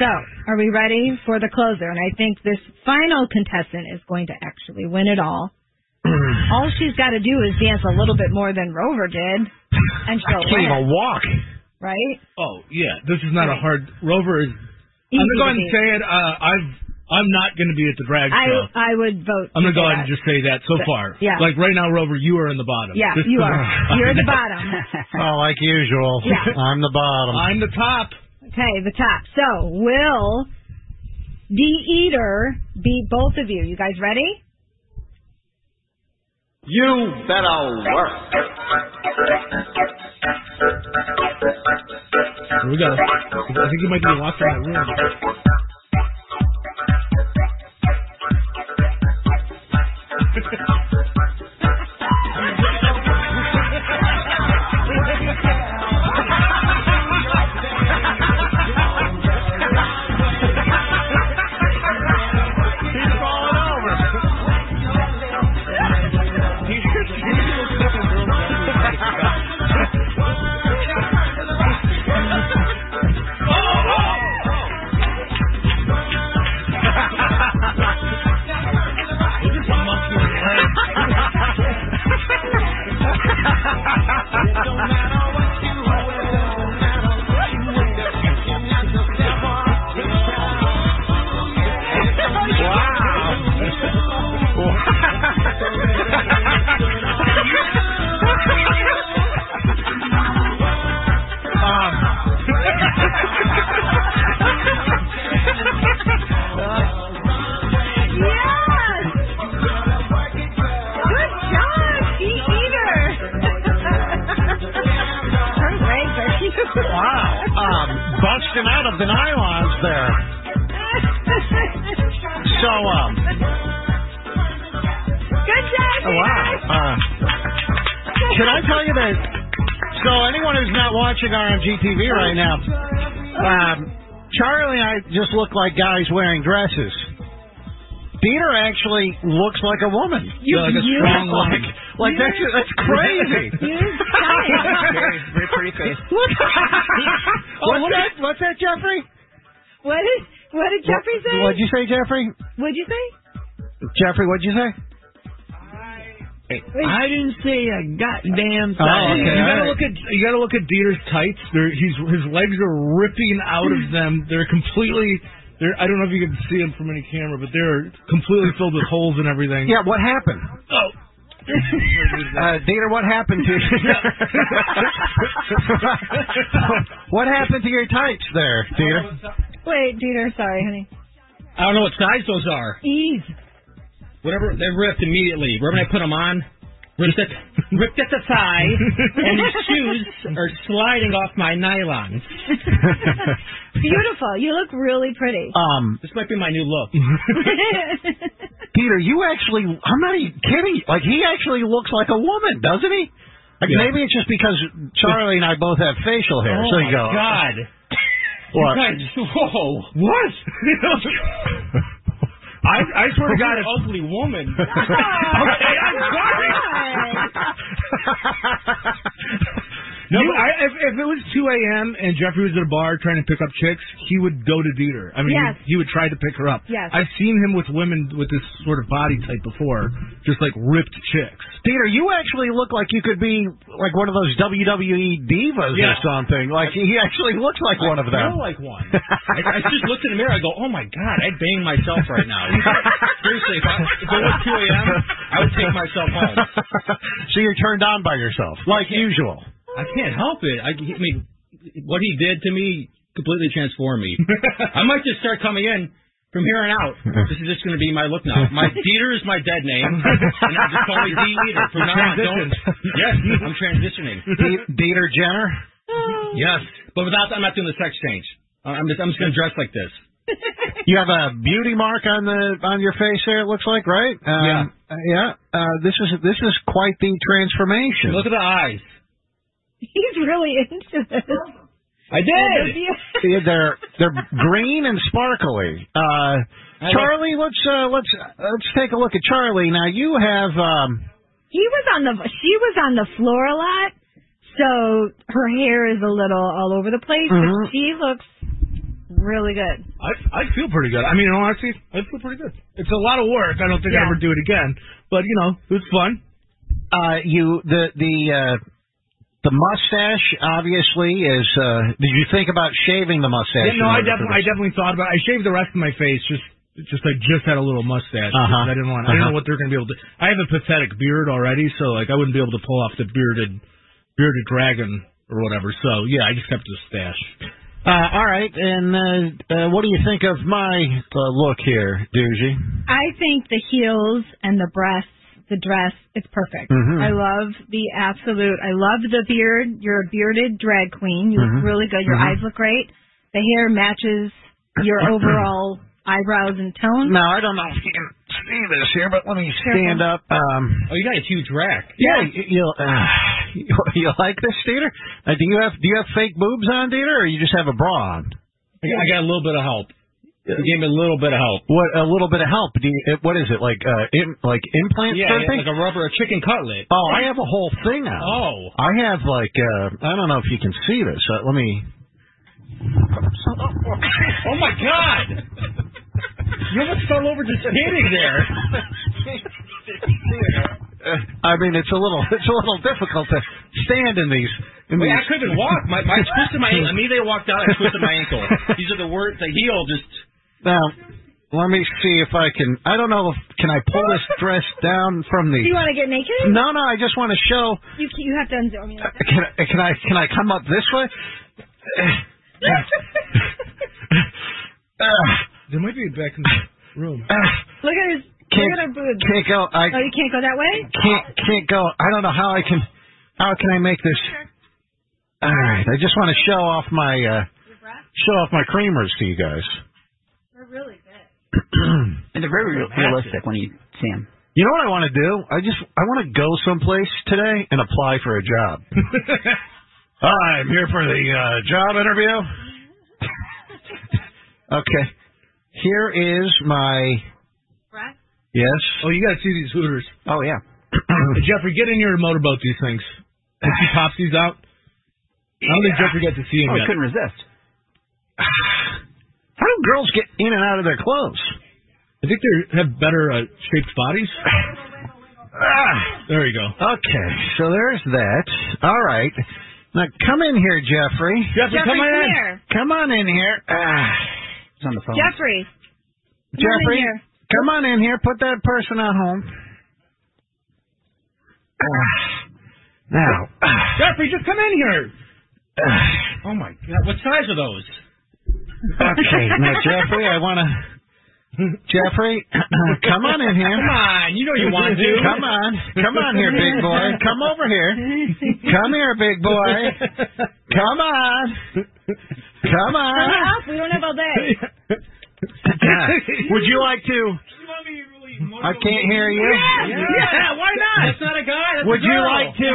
Speaker 4: So, are we ready for the closer? And I think this final contestant is going to actually win it all.
Speaker 6: Mm.
Speaker 4: all she's got to do is dance a little bit more than Rover did, and she'll win.
Speaker 6: can't even
Speaker 3: walk.
Speaker 4: Right?
Speaker 6: Oh yeah, this is not a hard. Rover is.
Speaker 4: Easy
Speaker 6: I'm gonna go
Speaker 4: to
Speaker 6: ahead and
Speaker 4: beat.
Speaker 6: say it. Uh, I've. I'm not gonna be at the drag
Speaker 4: I
Speaker 6: show.
Speaker 4: I would vote.
Speaker 6: I'm gonna
Speaker 4: for
Speaker 6: go ahead
Speaker 4: that.
Speaker 6: and just say that so
Speaker 4: But-
Speaker 6: far.
Speaker 4: yeah.
Speaker 6: Like right now, Rover, you are in the bottom.
Speaker 4: Yeah,
Speaker 6: Just
Speaker 4: you
Speaker 6: so-
Speaker 4: are.
Speaker 6: *laughs*
Speaker 4: You're at the bottom.
Speaker 3: Oh, like usual.
Speaker 4: Yeah.
Speaker 3: I'm the bottom.
Speaker 6: I'm the top.
Speaker 4: Okay, the top. So, will the eater beat both of you? You guys ready?
Speaker 8: You bet I'll work.
Speaker 6: *laughs* Here we go. I think you might be locked in that room.
Speaker 4: *laughs*
Speaker 6: Um.
Speaker 4: *laughs*
Speaker 3: sticking Um, out of the nylons there. So, um,
Speaker 8: Good job,
Speaker 3: oh, wow. Uh, can I tell you that? So, anyone who's not watching RMG TV right now, um, Charlie and I just look like guys wearing dresses. Peter actually looks like a woman.
Speaker 8: You- Yeah, like a you- strong woman.
Speaker 3: Like, like that's that's crazy.
Speaker 13: *laughs*
Speaker 8: very,
Speaker 12: *laughs* very pretty face.
Speaker 3: Look.
Speaker 8: Oh,
Speaker 3: what's
Speaker 8: look
Speaker 3: that? What's that, Jeffrey?
Speaker 13: What did What did Jeffrey
Speaker 3: What-
Speaker 13: say?
Speaker 3: What'd you say, Jeffrey?
Speaker 13: What'd you say?
Speaker 3: Jeffrey, what'd you say?
Speaker 13: I didn't say a goddamn
Speaker 3: thing. Oh, okay,
Speaker 6: You
Speaker 3: all
Speaker 6: gotta
Speaker 3: right.
Speaker 6: look at you gotta look at Dieter's tights. They're, he's his legs are ripping out *clears throat* of them. They're completely. They're, I don't know if you can see them from any camera, but they're completely filled with holes and everything.
Speaker 3: Yeah, what happened?
Speaker 6: Oh.
Speaker 3: Uh, Dieter, what happened to *laughs*
Speaker 14: *laughs*
Speaker 3: what happened to your tights there, Dieter?
Speaker 13: Wait, Dieter, sorry, honey.
Speaker 14: I don't know what size those are.
Speaker 13: Ease.
Speaker 14: Whatever, they ripped immediately. Whenever I put them on, ripped at, ripped at the thigh, and
Speaker 3: *laughs*
Speaker 14: these shoes are sliding off my nylons.
Speaker 13: Beautiful. You look really
Speaker 12: Uh,
Speaker 13: pretty.
Speaker 3: Um,
Speaker 14: this might be my new
Speaker 3: *laughs*
Speaker 14: look.
Speaker 3: Peter, you actually, I'm not even kidding. Like, he actually looks like a woman, doesn't he? Like,
Speaker 8: Yeah.
Speaker 3: maybe it's just because Charlie and I both have facial hair.
Speaker 8: Oh
Speaker 3: so
Speaker 8: my
Speaker 3: you go,
Speaker 8: God.
Speaker 3: What?
Speaker 14: Whoa. *laughs*
Speaker 6: What? I, I swear to God,
Speaker 14: an
Speaker 3: *laughs*
Speaker 6: if-
Speaker 14: ugly *laughs*
Speaker 6: *laughs*
Speaker 14: woman.
Speaker 6: okay, I'm sorry. No, but I, if, if it was 2 a.m. and Jeffrey was at a bar trying to pick up chicks, he would go to Dieter. I mean,
Speaker 13: Yes.
Speaker 6: he, would, he would try to pick her up.
Speaker 13: Yes.
Speaker 6: I've seen him with women with this sort of body type before, just like ripped chicks.
Speaker 3: Peter, you actually look like you could be like one of those WWE divas or
Speaker 14: Yeah.
Speaker 3: something. Like, he actually looks like one
Speaker 14: I
Speaker 3: of them.
Speaker 14: feel like one. I, I just looked in the mirror. I go, oh my god, I'd bang myself right
Speaker 6: *laughs*
Speaker 3: *laughs*
Speaker 14: now. Seriously, if, I, if it was 2 a.m., I would take myself home.
Speaker 3: *laughs* so you're turned on by yourself, like usual.
Speaker 14: I can't help it. I, I mean, what he did to me completely transformed
Speaker 6: *laughs*
Speaker 14: me. I might just start coming in from here on out.
Speaker 3: *laughs*
Speaker 14: This is just going to be my look now. Uh, My Dieter is my dead name, and I just call me D Eater from now on. Don't, yes, I'm
Speaker 3: *laughs*
Speaker 14: transitioning.
Speaker 3: D- Dieter Jenner.
Speaker 14: Yes, but without, I'm not doing the sex change. Uh, I'm just, I'm just going to dress like this.
Speaker 3: *laughs* You have a beauty mark on the on your face there. It looks like, right? Um, yeah. Yeah. Uh, this is this is quite the transformation.
Speaker 14: Look at the eyes.
Speaker 13: *laughs* He's really into this.
Speaker 14: I
Speaker 13: did.
Speaker 3: *laughs* Yeah, they're they're green and sparkly. Uh,
Speaker 13: I
Speaker 3: Charlie, let's uh, let's let's take a look at Charlie. Now you have um,
Speaker 13: He was on the she was on the floor a lot, so her hair is a little all over the place.
Speaker 6: Mhm.
Speaker 13: But she looks really good.
Speaker 6: I I feel pretty good. I mean, in all honesty, I feel pretty good. It's a lot of work. I don't think
Speaker 13: Yeah.
Speaker 6: I ever do it again. But you
Speaker 14: Oh,
Speaker 6: know, it was fun.
Speaker 3: uh, you the the uh, the mustache obviously is. Uh, did you think about shaving the mustache?
Speaker 6: Yeah, no, I
Speaker 3: in order for
Speaker 6: definitely I
Speaker 3: this?
Speaker 6: definitely thought about. It. I shaved the rest of my face just. Just I just had a little mustache.
Speaker 3: Uh-huh.
Speaker 6: because I didn't want. I don't
Speaker 3: Uh-huh.
Speaker 6: know what they're going to be able to. I have a pathetic beard already, so like I wouldn't be able to pull off the bearded, bearded dragon or whatever. So yeah, I just kept the stash.
Speaker 3: Uh, all right, and uh, uh, what do you think of my uh, look here, Doogie?
Speaker 4: I think the heels and the breasts, the dress, it's perfect.
Speaker 3: Mhm.
Speaker 4: I love the absolute. I love the beard. You're a bearded drag queen. You
Speaker 13: Mhm.
Speaker 3: Mm-hmm.
Speaker 4: look really good. Your
Speaker 13: Mhm.
Speaker 4: eyes look great. The hair matches
Speaker 3: *clears throat*
Speaker 4: your overall eyebrows and tone.
Speaker 3: No, I don't know if you can see this here, but let me Stand up. Um,
Speaker 14: Oh, you got a huge rack.
Speaker 3: yeah, you, you, uh, *laughs* you, you like this, Dieter? Uh, do you have do you have fake boobs on, Dieter, or you just have a bra on?
Speaker 14: I got- I got a little bit of help. You gave me a little bit of help.
Speaker 3: What a little bit of help? Do you, uh, what is it like? Uh, im, like implant
Speaker 14: Yeah,
Speaker 3: sort of
Speaker 14: yeah,
Speaker 3: thing?
Speaker 14: like a rubber, a chicken cutlet.
Speaker 3: Oh, I have a whole thing on.
Speaker 14: Oh.
Speaker 3: I have like uh, I don't know if you can see this. Uh, let me.
Speaker 14: Oh my god! You almost fell over just standing there.
Speaker 3: Uh, *laughs* I mean, it's a little it's a little difficult to stand in these. In
Speaker 14: Wait,
Speaker 3: these.
Speaker 14: I couldn't walk. My, my I twisted my ankle. Immediately I walked out. I twisted my
Speaker 3: *laughs*
Speaker 14: ankle. These are the words. The heel just.
Speaker 3: Now, let me see if I can. I don't know if can I pull this dress down from the.
Speaker 4: Do you want to get naked?
Speaker 3: No, no, I just want to show.
Speaker 4: You you have to unzip me. Like that.
Speaker 3: Can I can I can I come up this way?
Speaker 6: There might be back in the room.
Speaker 4: Look at his.
Speaker 3: Can't-
Speaker 4: look at her boobs.
Speaker 3: can't go. I
Speaker 4: oh, you can't go that way.
Speaker 3: can't can't go. I don't know how I can. How can I make this? All right, I just want to show off my. uh show off my creamers to you guys.
Speaker 4: They're really good.
Speaker 3: *clears throat*
Speaker 12: and they're very real-
Speaker 6: *laughs*
Speaker 12: realistic when you see them.
Speaker 3: You know what I want to do? I just I want to go someplace today and apply for a job. *laughs* Hi, I'm here for the uh, job
Speaker 4: *laughs*
Speaker 3: interview. okay, here is my.
Speaker 4: Brett?
Speaker 3: Yes.
Speaker 6: Oh, you gotta see these hooters.
Speaker 12: Oh yeah.
Speaker 6: Jeffrey, get in your motorboat. These things. Did she pop these out? I don't think Jeffrey got to see him
Speaker 3: Oh, he
Speaker 6: yet.
Speaker 3: couldn't
Speaker 12: resist.
Speaker 3: How do girls get in and out of their clothes?
Speaker 6: I think they have better uh, shaped bodies.
Speaker 3: Ah,
Speaker 6: there you go.
Speaker 3: Okay, so there's that. All right. Now come in here, Jeffrey.
Speaker 4: Jeffrey, Jeffrey, come on come in. here.
Speaker 3: Come on in here. Ah,
Speaker 12: he's on the phone.
Speaker 4: Jeffrey. come on in
Speaker 3: Jeffrey,
Speaker 4: here.
Speaker 3: come on in here. Put that person on home. Ah. Now,
Speaker 6: Jeffrey, just come in here. oh my God! What size are those?
Speaker 3: okay, now Jeffrey, I want to. Jeffrey, *clears throat* come on in here.
Speaker 6: Come on, you know you want to.
Speaker 3: Come on, come on here, big boy. Come over
Speaker 4: *laughs*
Speaker 3: here. Come here, big boy. Come on. Come
Speaker 4: Come
Speaker 3: on.
Speaker 4: help. We don't have all
Speaker 11: *laughs*
Speaker 4: day.
Speaker 6: *laughs*
Speaker 3: Would you like to? I can't hear you.
Speaker 4: Yeah, yeah,
Speaker 6: why not? That's not a guy. That's
Speaker 3: Would
Speaker 6: a
Speaker 3: you
Speaker 6: girl.
Speaker 3: like to?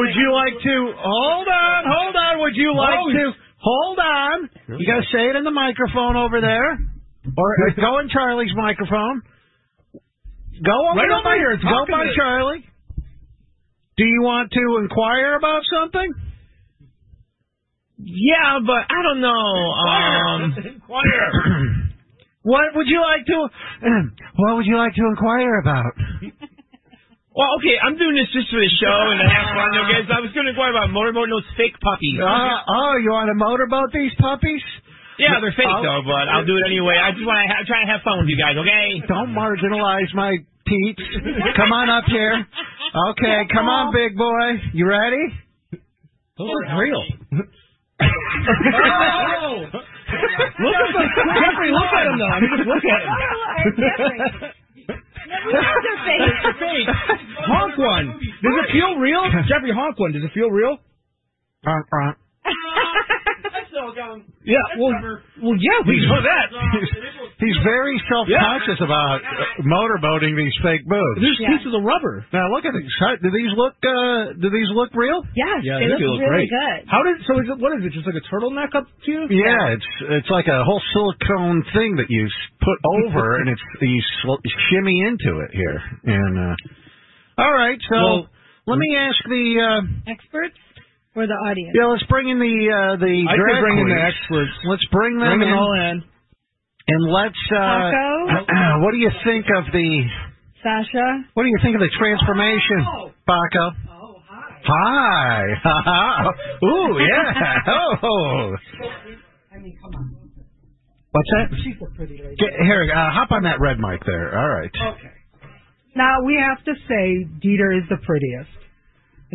Speaker 3: Would you like to? Hold on, hold on. Would you like
Speaker 6: Oh.
Speaker 3: to? Hold on. You gotta say it in the microphone over there, or or go in Charlie's microphone. Go over
Speaker 6: Right
Speaker 3: to
Speaker 6: over
Speaker 3: my-
Speaker 6: here,
Speaker 3: Go
Speaker 6: talk to
Speaker 3: by
Speaker 6: me.
Speaker 3: Charlie. Do you want to inquire about something? Yeah, but I don't
Speaker 15: um,
Speaker 3: know. What would you like to? *clears throat* What would you like to inquire about?
Speaker 15: *clears throat* Well, okay, I'm doing this just for the show and to have fun, okay? So I was going to inquire about motorboat and those fake puppies.
Speaker 3: Uh, oh, you want to motorboat these puppies? Oh.
Speaker 15: yeah, they're fake
Speaker 3: I'll-
Speaker 15: though, but I'll do it anyway. I just want to ha- try to have fun with you guys, okay?
Speaker 3: Don't marginalize my peeps. Come on up here. Okay, come on, big boy. You ready?
Speaker 6: Those are Oh, real.
Speaker 3: *laughs*
Speaker 5: *laughs*
Speaker 3: Look at the Jeffrey. Look at him though. I mean, just look at him.
Speaker 6: They're fake. Honk one. Does it feel real?
Speaker 3: *laughs*
Speaker 6: Jeffrey, honk one. Does it feel real? Yeah. Well, well yeah.
Speaker 3: we know
Speaker 6: that. *laughs*
Speaker 3: He's very self-conscious about uh, motorboating these fake boats.
Speaker 6: There's pieces of rubber.
Speaker 3: Now look at these. How- Do these look? Uh, do these look real?
Speaker 4: Yes,
Speaker 6: Yeah,
Speaker 4: they
Speaker 6: they
Speaker 4: look
Speaker 6: do look
Speaker 4: really
Speaker 6: great.
Speaker 4: good.
Speaker 6: How did? So is it? What is it? Just like a turtleneck up to you?
Speaker 3: Yeah, it's it's like a whole silicone thing that you s- put
Speaker 6: *laughs*
Speaker 3: over, and it's you sl- shimmy into it here. And uh, all right, so
Speaker 4: Well-
Speaker 3: let me ask the uh,
Speaker 4: Experts or the audience?
Speaker 3: yeah, let's bring in the uh, the
Speaker 4: I could
Speaker 3: drag
Speaker 4: bring in the
Speaker 3: queens. Let's bring them
Speaker 4: Bring them
Speaker 3: in,
Speaker 4: all
Speaker 6: in,
Speaker 3: and let's. Uh,
Speaker 4: Paco?
Speaker 3: *clears throat* what do you think of the
Speaker 4: Sasha?
Speaker 3: What do you think of the transformation,
Speaker 2: Oh.
Speaker 3: Paco?
Speaker 2: *laughs*
Speaker 3: Hi. Hi. *laughs* Ooh, yeah. Oh.
Speaker 2: I mean, come on.
Speaker 3: What's that?
Speaker 2: She's a pretty lady.
Speaker 3: Get, here, uh, hop on that red mic there. All right.
Speaker 2: Okay. Now we have to say Dieter is the prettiest.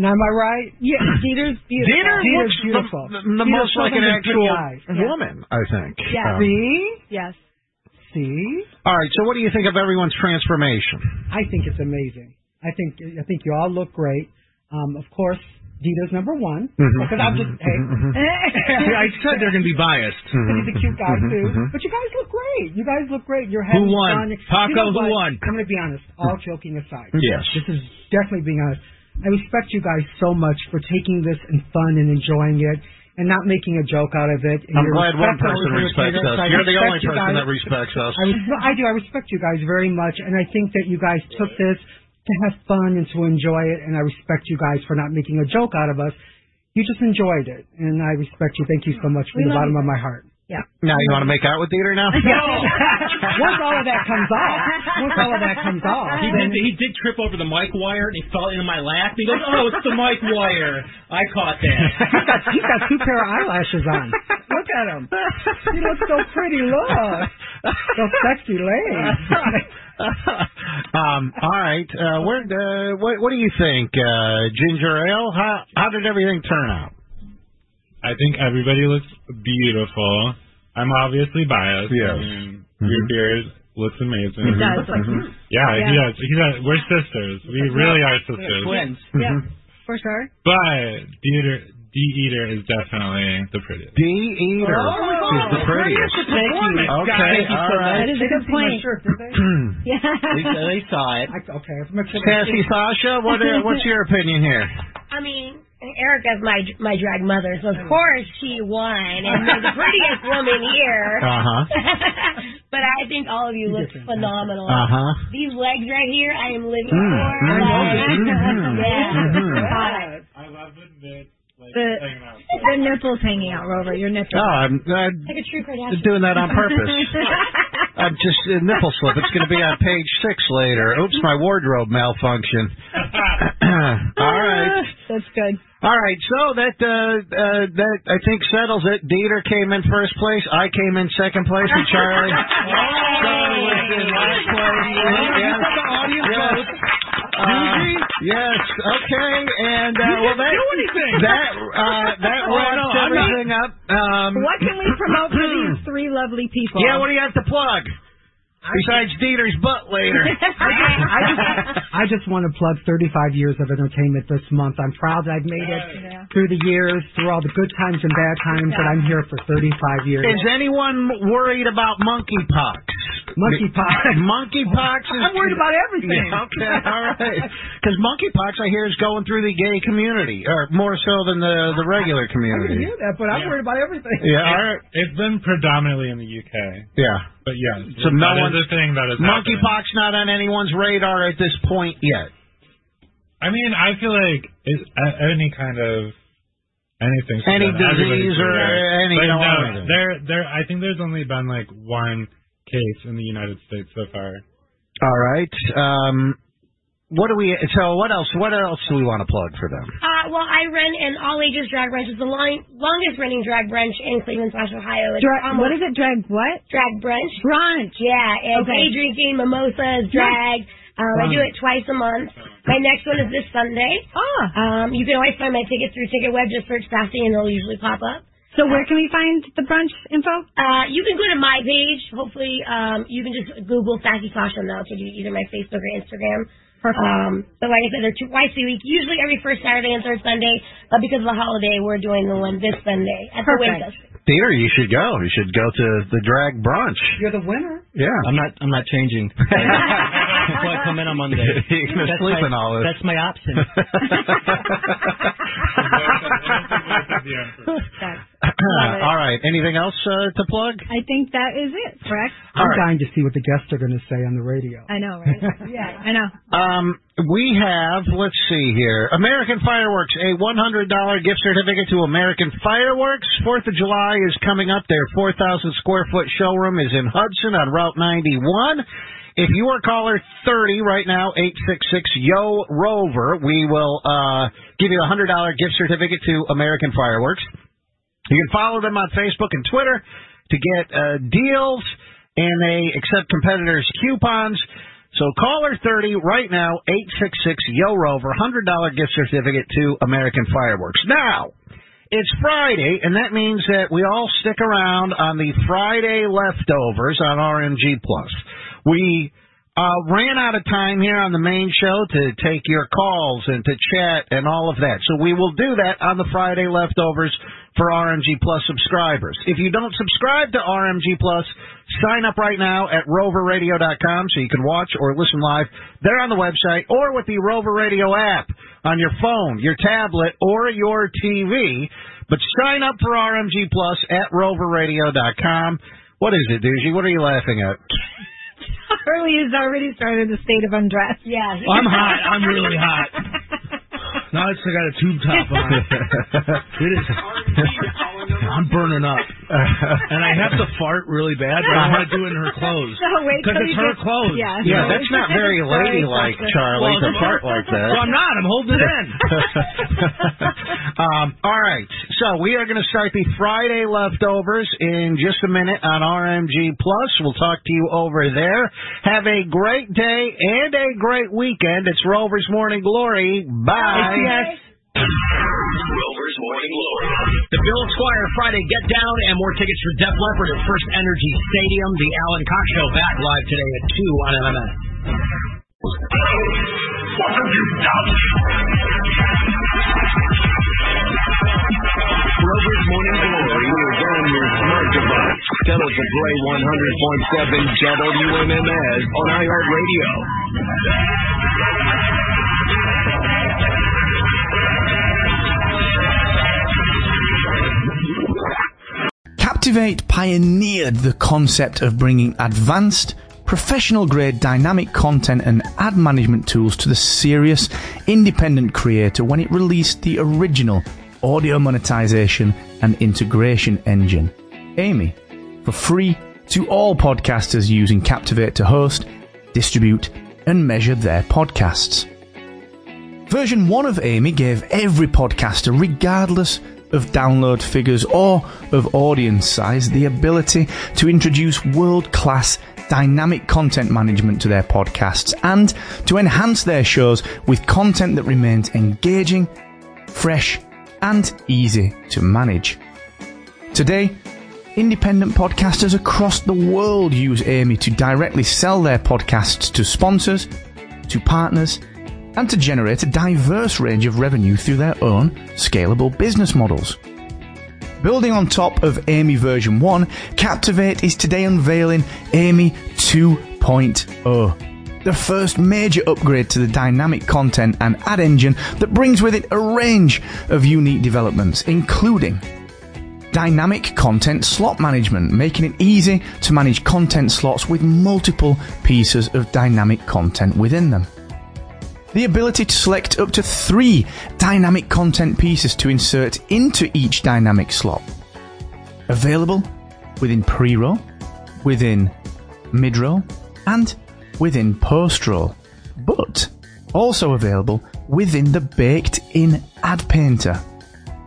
Speaker 2: And am I
Speaker 3: *clears throat*
Speaker 2: right? Yeah, Dieter's beautiful.
Speaker 3: Dieter looks the-
Speaker 2: beautiful.
Speaker 3: the- the
Speaker 2: Dieter
Speaker 3: most like an
Speaker 2: Sutherland's pretty
Speaker 3: actual
Speaker 2: eyes.
Speaker 3: woman, I think.
Speaker 2: Yeah.
Speaker 3: Um,
Speaker 2: See?
Speaker 4: Yes.
Speaker 2: See?
Speaker 3: all right. So, what do you think of everyone's transformation?
Speaker 2: I think it's amazing. I think I think you all look great. Um, of course, Dieter's number one
Speaker 3: Mm-hmm.
Speaker 6: Mhm,
Speaker 2: because I'm just
Speaker 6: mhm,
Speaker 2: hey.
Speaker 6: *laughs* mhm,
Speaker 2: *laughs*
Speaker 6: I said they're going to be biased.
Speaker 3: Mm-hmm.
Speaker 2: He's a cute guy too, but you guys look great. You guys look great. You're having
Speaker 6: Who won?
Speaker 2: fun. You
Speaker 6: Paco,
Speaker 2: know
Speaker 6: who
Speaker 2: what?
Speaker 6: won?
Speaker 2: I'm going to be honest. All joking aside,
Speaker 6: Yes.
Speaker 2: this is definitely being honest. I respect you guys so much for taking this and fun and enjoying it and not making a joke out of it. And
Speaker 3: I'm
Speaker 2: your
Speaker 3: glad one
Speaker 2: respect
Speaker 3: person
Speaker 2: always
Speaker 3: respects
Speaker 2: irritates. I
Speaker 3: us. You're the
Speaker 2: respect
Speaker 3: only
Speaker 2: you
Speaker 3: person
Speaker 2: guys.
Speaker 3: that respects us.
Speaker 2: I, res- I do. I respect you guys very much, and I think that you guys took this to have fun and to enjoy it, and I respect you guys for not making a joke out of us. You just enjoyed it, and I respect you. Thank you so much from
Speaker 4: We
Speaker 2: the
Speaker 4: love
Speaker 2: bottom
Speaker 4: you.
Speaker 2: of my heart.
Speaker 4: Yeah.
Speaker 3: Now, you want to make out with Dieter now?
Speaker 2: *laughs* Once all of that comes off, once all of that comes off,
Speaker 14: He
Speaker 2: then
Speaker 14: did, he did trip over the mic wire and he fell into my lap. He goes, "Oh, it's the mic wire." I caught that.
Speaker 2: he's got, he's got two pair of eyelashes *laughs* on. Look at him. He looks so pretty. Look, so sexy lady.
Speaker 3: um, all right. Uh, where, uh, what, what do you think, uh, Ginger Ale? How, how did everything turn out?
Speaker 5: I think everybody looks beautiful. I'm obviously biased.
Speaker 3: Yes.
Speaker 5: I mean,
Speaker 10: Mm-hmm.
Speaker 5: Your beard looks amazing.
Speaker 3: It does, like- Mhm.
Speaker 5: yeah, he
Speaker 4: Yeah.
Speaker 5: does. He does. We're sisters. We really are sisters.
Speaker 10: Mm-hmm.
Speaker 4: Yeah,
Speaker 2: Mm-hmm.
Speaker 4: for sure.
Speaker 5: But D Eater, D Eater is definitely the prettiest.
Speaker 3: D Eater.
Speaker 4: Oh,
Speaker 10: is the prettiest.
Speaker 15: Look at the performance, guys.
Speaker 10: Okay,
Speaker 15: Thank you so
Speaker 10: all
Speaker 15: much.
Speaker 10: right.
Speaker 15: That is a good point.
Speaker 4: Yeah.
Speaker 10: They, they saw it.
Speaker 2: okay, let's make sure.
Speaker 3: Sassy Sasha, what, uh, what's your opinion here?
Speaker 11: I mean, Erica's my my drag mother, so of course she won and was the prettiest woman here.
Speaker 3: *laughs* Uh-huh.
Speaker 11: but I think all of you look phenomenal.
Speaker 3: Uh-huh.
Speaker 11: These legs right here, I am living
Speaker 3: Mm,
Speaker 11: for.
Speaker 3: I
Speaker 11: *laughs*
Speaker 3: know
Speaker 11: Like,
Speaker 3: it. Mhm, mhm.
Speaker 11: *laughs* yeah.
Speaker 5: I love the bit, like,
Speaker 13: The-
Speaker 5: hanging out.
Speaker 13: The nipples hanging out, Rover. Your nipples.
Speaker 3: Oh, I'm, I'm
Speaker 11: Like a true Kardashian.
Speaker 3: doing that on
Speaker 13: *laughs*
Speaker 3: purpose. I'm just a nipple slip. It's going to be on page six later. Oops, my wardrobe malfunction. All right.
Speaker 13: That's good.
Speaker 3: All right, so that *clears throat* uh, uh, that I think settles it. Dieter came in first place. I came in second place with Charlie. Charlie was in last place. Yes. Yes. Uh, yes. Okay. And uh,
Speaker 8: You
Speaker 3: well,
Speaker 8: didn't
Speaker 3: that
Speaker 8: do anything.
Speaker 3: that uh,
Speaker 8: *laughs*
Speaker 3: that
Speaker 8: Oh,
Speaker 3: wraps
Speaker 8: no, I'm not-
Speaker 3: everything up. Um,
Speaker 13: What can we promote for
Speaker 3: *clears throat*
Speaker 13: these three lovely people?
Speaker 3: Yeah, what do you have to plug? Besides Dieter's butt
Speaker 2: *laughs*
Speaker 3: later.
Speaker 2: I just want to plug 35 years of entertainment this month. I'm proud that I've made it through the years, through all the good times and bad times, but I'm here for 35 years.
Speaker 3: *laughs* Is anyone worried about monkeypox?
Speaker 2: Monkeypox.
Speaker 3: *laughs* monkeypox is.
Speaker 2: I'm worried about everything.
Speaker 3: Yeah, *laughs* okay, all right. Because monkeypox, I hear, is going through the gay community, or more so than the the regular community.
Speaker 2: hear that, but I'm worried about everything.
Speaker 3: Yeah, all right.
Speaker 5: It's been predominantly in the UK,
Speaker 3: Yeah.
Speaker 5: but yes,
Speaker 3: So no
Speaker 5: that is
Speaker 3: one's-
Speaker 5: a thing that is happening.
Speaker 3: Monkeypox not on anyone's radar at this point yet.
Speaker 5: I mean, I feel like it's a- any kind of anything,
Speaker 3: Any
Speaker 5: everybody's
Speaker 3: disease or
Speaker 5: aware.
Speaker 3: any-
Speaker 5: But
Speaker 3: no,
Speaker 5: no,
Speaker 3: anything.
Speaker 5: there, there. I think there's only been like one case in the United States so far.
Speaker 3: All right. Um, what do we? So what else? What else do we want to plug for them?
Speaker 11: Uh, well, I run an all ages drag brunch. It's the long, longest running drag brunch in Cleveland slash Ohio. It's
Speaker 13: Drag,
Speaker 11: almost-
Speaker 13: what is it? Drag what?
Speaker 11: Drag brunch.
Speaker 13: Brunch.
Speaker 11: Yeah, and
Speaker 13: Okay.
Speaker 11: day drinking, mimosas, drag. Um, I do
Speaker 13: Fun.
Speaker 11: it twice a month. My next one is this Sunday.
Speaker 13: Oh.
Speaker 11: Um, you can always find my tickets through TicketWeb. Just search Sassy and they'll usually pop up.
Speaker 13: So where can we find the
Speaker 4: *laughs*
Speaker 13: brunch info?
Speaker 11: Uh, you can go to my page. Hopefully, um, you can just Google Sassy Sasha and that'll take you to either my Facebook or Instagram.
Speaker 13: Perfect.
Speaker 11: Um, but like I said, they're two, twice a week, usually every first Saturday and third Sunday. But because of the holiday, we're doing the one this Sunday
Speaker 13: Perfect.
Speaker 11: at the Winchester.
Speaker 3: Dieter, you should go. You should go to the drag brunch.
Speaker 2: You're the winner.
Speaker 3: Yeah.
Speaker 14: I'm not. I'm not
Speaker 3: *laughs*
Speaker 14: changing. Before I come in on Monday.
Speaker 3: You're gonna
Speaker 14: That's
Speaker 3: sleep
Speaker 14: my-
Speaker 3: in all this.
Speaker 14: That's my option.
Speaker 3: *laughs* All right. Anything else uh, to plug?
Speaker 13: I think that is it, correct?
Speaker 2: I'm
Speaker 3: All right.
Speaker 2: dying to see what the guests are going to say on the radio.
Speaker 13: I know, right? yeah, I know. *laughs*
Speaker 3: Um, we have, let's see here, American Fireworks, a $100 gift certificate to American Fireworks. Fourth of July is coming up. Their 4,000 square foot showroom is in Hudson on Route 91. If you are caller 30 right now, 866-YO Rover, we will uh, give you a $100 gift certificate to American Fireworks. You can follow them on Facebook and Twitter to get uh, deals, and they accept competitors' coupons. So caller 30 right now, E 866-YO-ROVER, $100 gift certificate to American Fireworks. Now, it's Friday, and that means that we all stick around on the Friday leftovers on RMG+. Plus. We uh, ran out of time here on the main show to take your calls and to chat and all of that. So we will do that on the Friday leftovers for RMG Plus subscribers. If you don't subscribe to RMG Plus, sign up right now at roverradio.com so you can watch or listen live there on the website or with the Rover Radio app on your phone, your tablet, or your TV. But sign up for RMG Plus at roverradio.com. What is it, Doogie? What are you laughing at?
Speaker 13: Charlie has already started the state of undress.
Speaker 11: Yeah.
Speaker 6: I'm hot. I'm really hot. *laughs* Now it's I got a tube top
Speaker 14: *laughs*
Speaker 6: on. It is. *laughs* I'm burning
Speaker 14: *laughs*
Speaker 6: up, and I have to fart really bad, but I want to do it in
Speaker 13: *laughs*
Speaker 6: her clothes
Speaker 13: No, wait
Speaker 6: because
Speaker 13: till
Speaker 6: it's
Speaker 13: you
Speaker 6: her
Speaker 13: get-
Speaker 6: clothes.
Speaker 13: yeah.
Speaker 3: Yeah, that's not very
Speaker 13: *laughs* Sorry,
Speaker 3: ladylike,
Speaker 13: Doctor.
Speaker 3: Charlie,
Speaker 6: Well,
Speaker 3: to
Speaker 6: it's-
Speaker 3: fart like that.
Speaker 6: Well, I'm not. I'm holding it in.
Speaker 3: *laughs* um, all right, so we are going to start the Friday leftovers in just a minute on RMG Plus. We'll talk to you over there. Have a great day and a great weekend. It's Rover's Morning Glory. Bye.
Speaker 7: Rover's Morning Glory. The Bill Squire Friday Get Down and more tickets for Def Leppard at First Energy Stadium. The Alan Cox Show back live today at 2 on MMS.
Speaker 8: What have you done?
Speaker 7: Rover's Morning Glory.
Speaker 8: You're down your smart device. Settle for Play 100.7 WMMS on iHeartRadio.
Speaker 1: Captivate pioneered the concept of bringing advanced, professional grade dynamic content and ad management tools to the serious, independent creator when it released the original audio monetization and integration engine, Amy, for free to all podcasters using Captivate to host, distribute, and measure their podcasts. Version 1 of Amy gave every podcaster, regardless of download figures or of audience size, the ability to introduce world class dynamic content management to their podcasts and to enhance their shows with content that remains engaging, fresh, and easy to manage. Today, independent podcasters across the world use Amy to directly sell their podcasts to sponsors, to partners, and to generate a diverse range of revenue through their own scalable business models. Building on top of Amy version 1, Captivate is today unveiling Amy 2.0. oh, The first major upgrade to the dynamic content and ad engine that brings with it a range of unique developments, including dynamic content slot management, making it easy to manage content slots with multiple pieces of dynamic content within them. The ability to select up to three dynamic content pieces to insert into each dynamic slot. Available within pre roll, within mid roll, and within post roll, but also available within the baked in ad painter.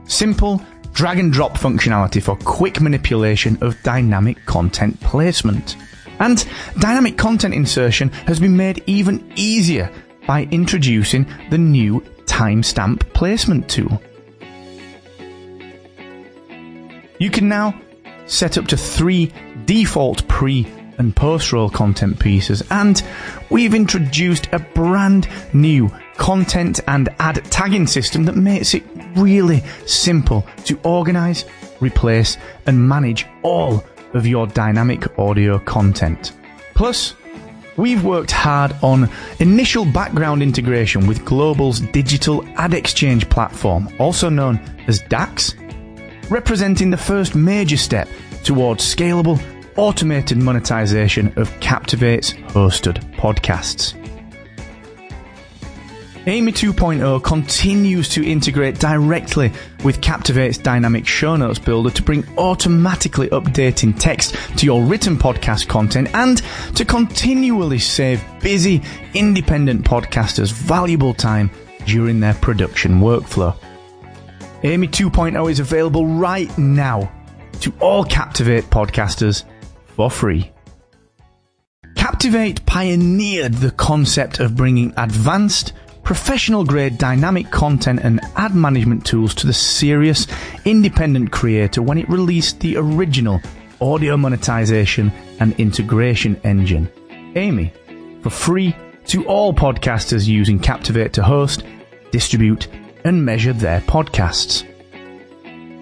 Speaker 1: Simple drag and drop functionality for quick manipulation of dynamic content placement. And dynamic content insertion has been made even easier by introducing the new timestamp placement tool. You can now set up to three default pre and post roll content pieces, and we've introduced a brand new content and ad tagging system that makes it really simple to organize, replace, and manage all of your dynamic audio content. Plus, We've worked hard on initial background integration with Global's digital ad exchange platform, also known as DAX, representing the first major step towards scalable, automated monetization of Captivate's hosted podcasts. Amy 2.0 continues to integrate directly with Captivate's dynamic show notes builder to bring automatically updating text to your written podcast content and to continually save busy independent podcasters valuable time during their production workflow. Amy 2.0 is available right now to all Captivate podcasters for free. Captivate pioneered the concept of bringing advanced professional grade dynamic content and ad management tools to the serious, independent creator when it released the original audio monetization and integration engine, Amy, for free to all podcasters using Captivate to host, distribute, and measure their podcasts.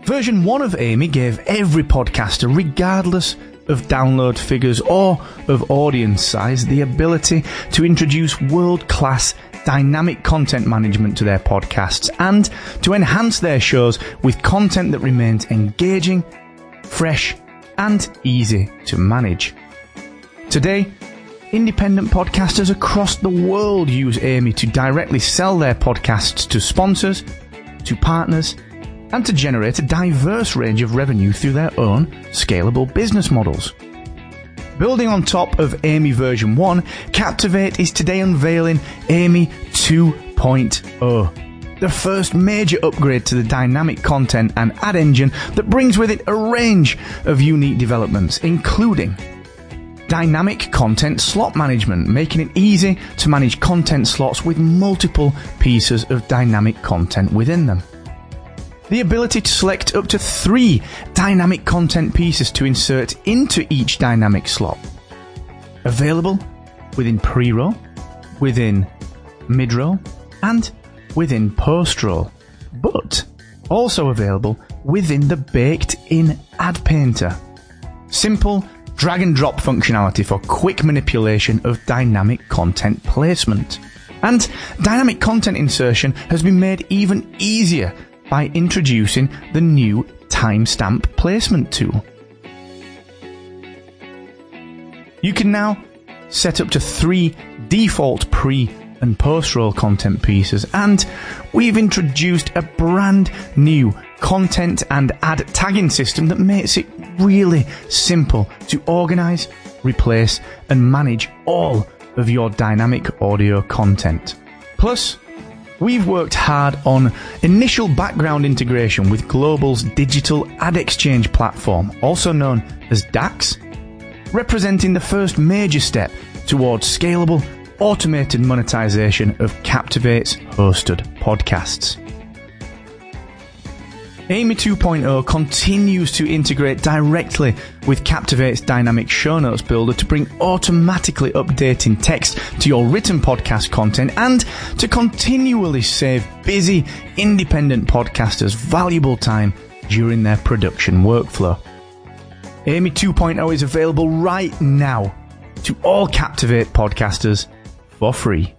Speaker 1: Version 1 of Amy gave every podcaster, regardless of download figures or of audience size, the ability to introduce world class dynamic content management to their podcasts and to enhance their shows with content that remains engaging, fresh, and easy to manage. Today, independent podcasters across the world use Amy to directly sell their podcasts to sponsors, to partners, and to generate a diverse range of revenue through their own scalable business models. Building on top of Amy version 1, Captivate is today unveiling Amy 2.0. oh, The first major upgrade to the dynamic content and ad engine that brings with it a range of unique developments, including dynamic content slot management, making it easy to manage content slots with multiple pieces of dynamic content within them the ability to select up to three dynamic content pieces to insert into each dynamic slot. Available within pre roll, within mid roll, and within post roll, but also available within the baked in ad painter. Simple drag and drop functionality for quick manipulation of dynamic content placement. And dynamic content insertion has been made even easier by introducing the new timestamp placement tool. You can now set up to three default pre and post roll content pieces, and we've introduced a brand new content and ad tagging system that makes it really simple to organize, replace, and manage all of your dynamic audio content. Plus, We've worked hard on initial background integration with Global's digital ad exchange platform, also known as DAX, representing the first major step towards scalable, automated monetization of Captivate's hosted podcasts. Amy 2.0 continues to integrate directly with Captivate's dynamic show notes builder to bring automatically updating text to your written podcast content and to continually save busy independent podcasters valuable time during their production workflow. Amy 2.0 is available right now to all Captivate podcasters for free.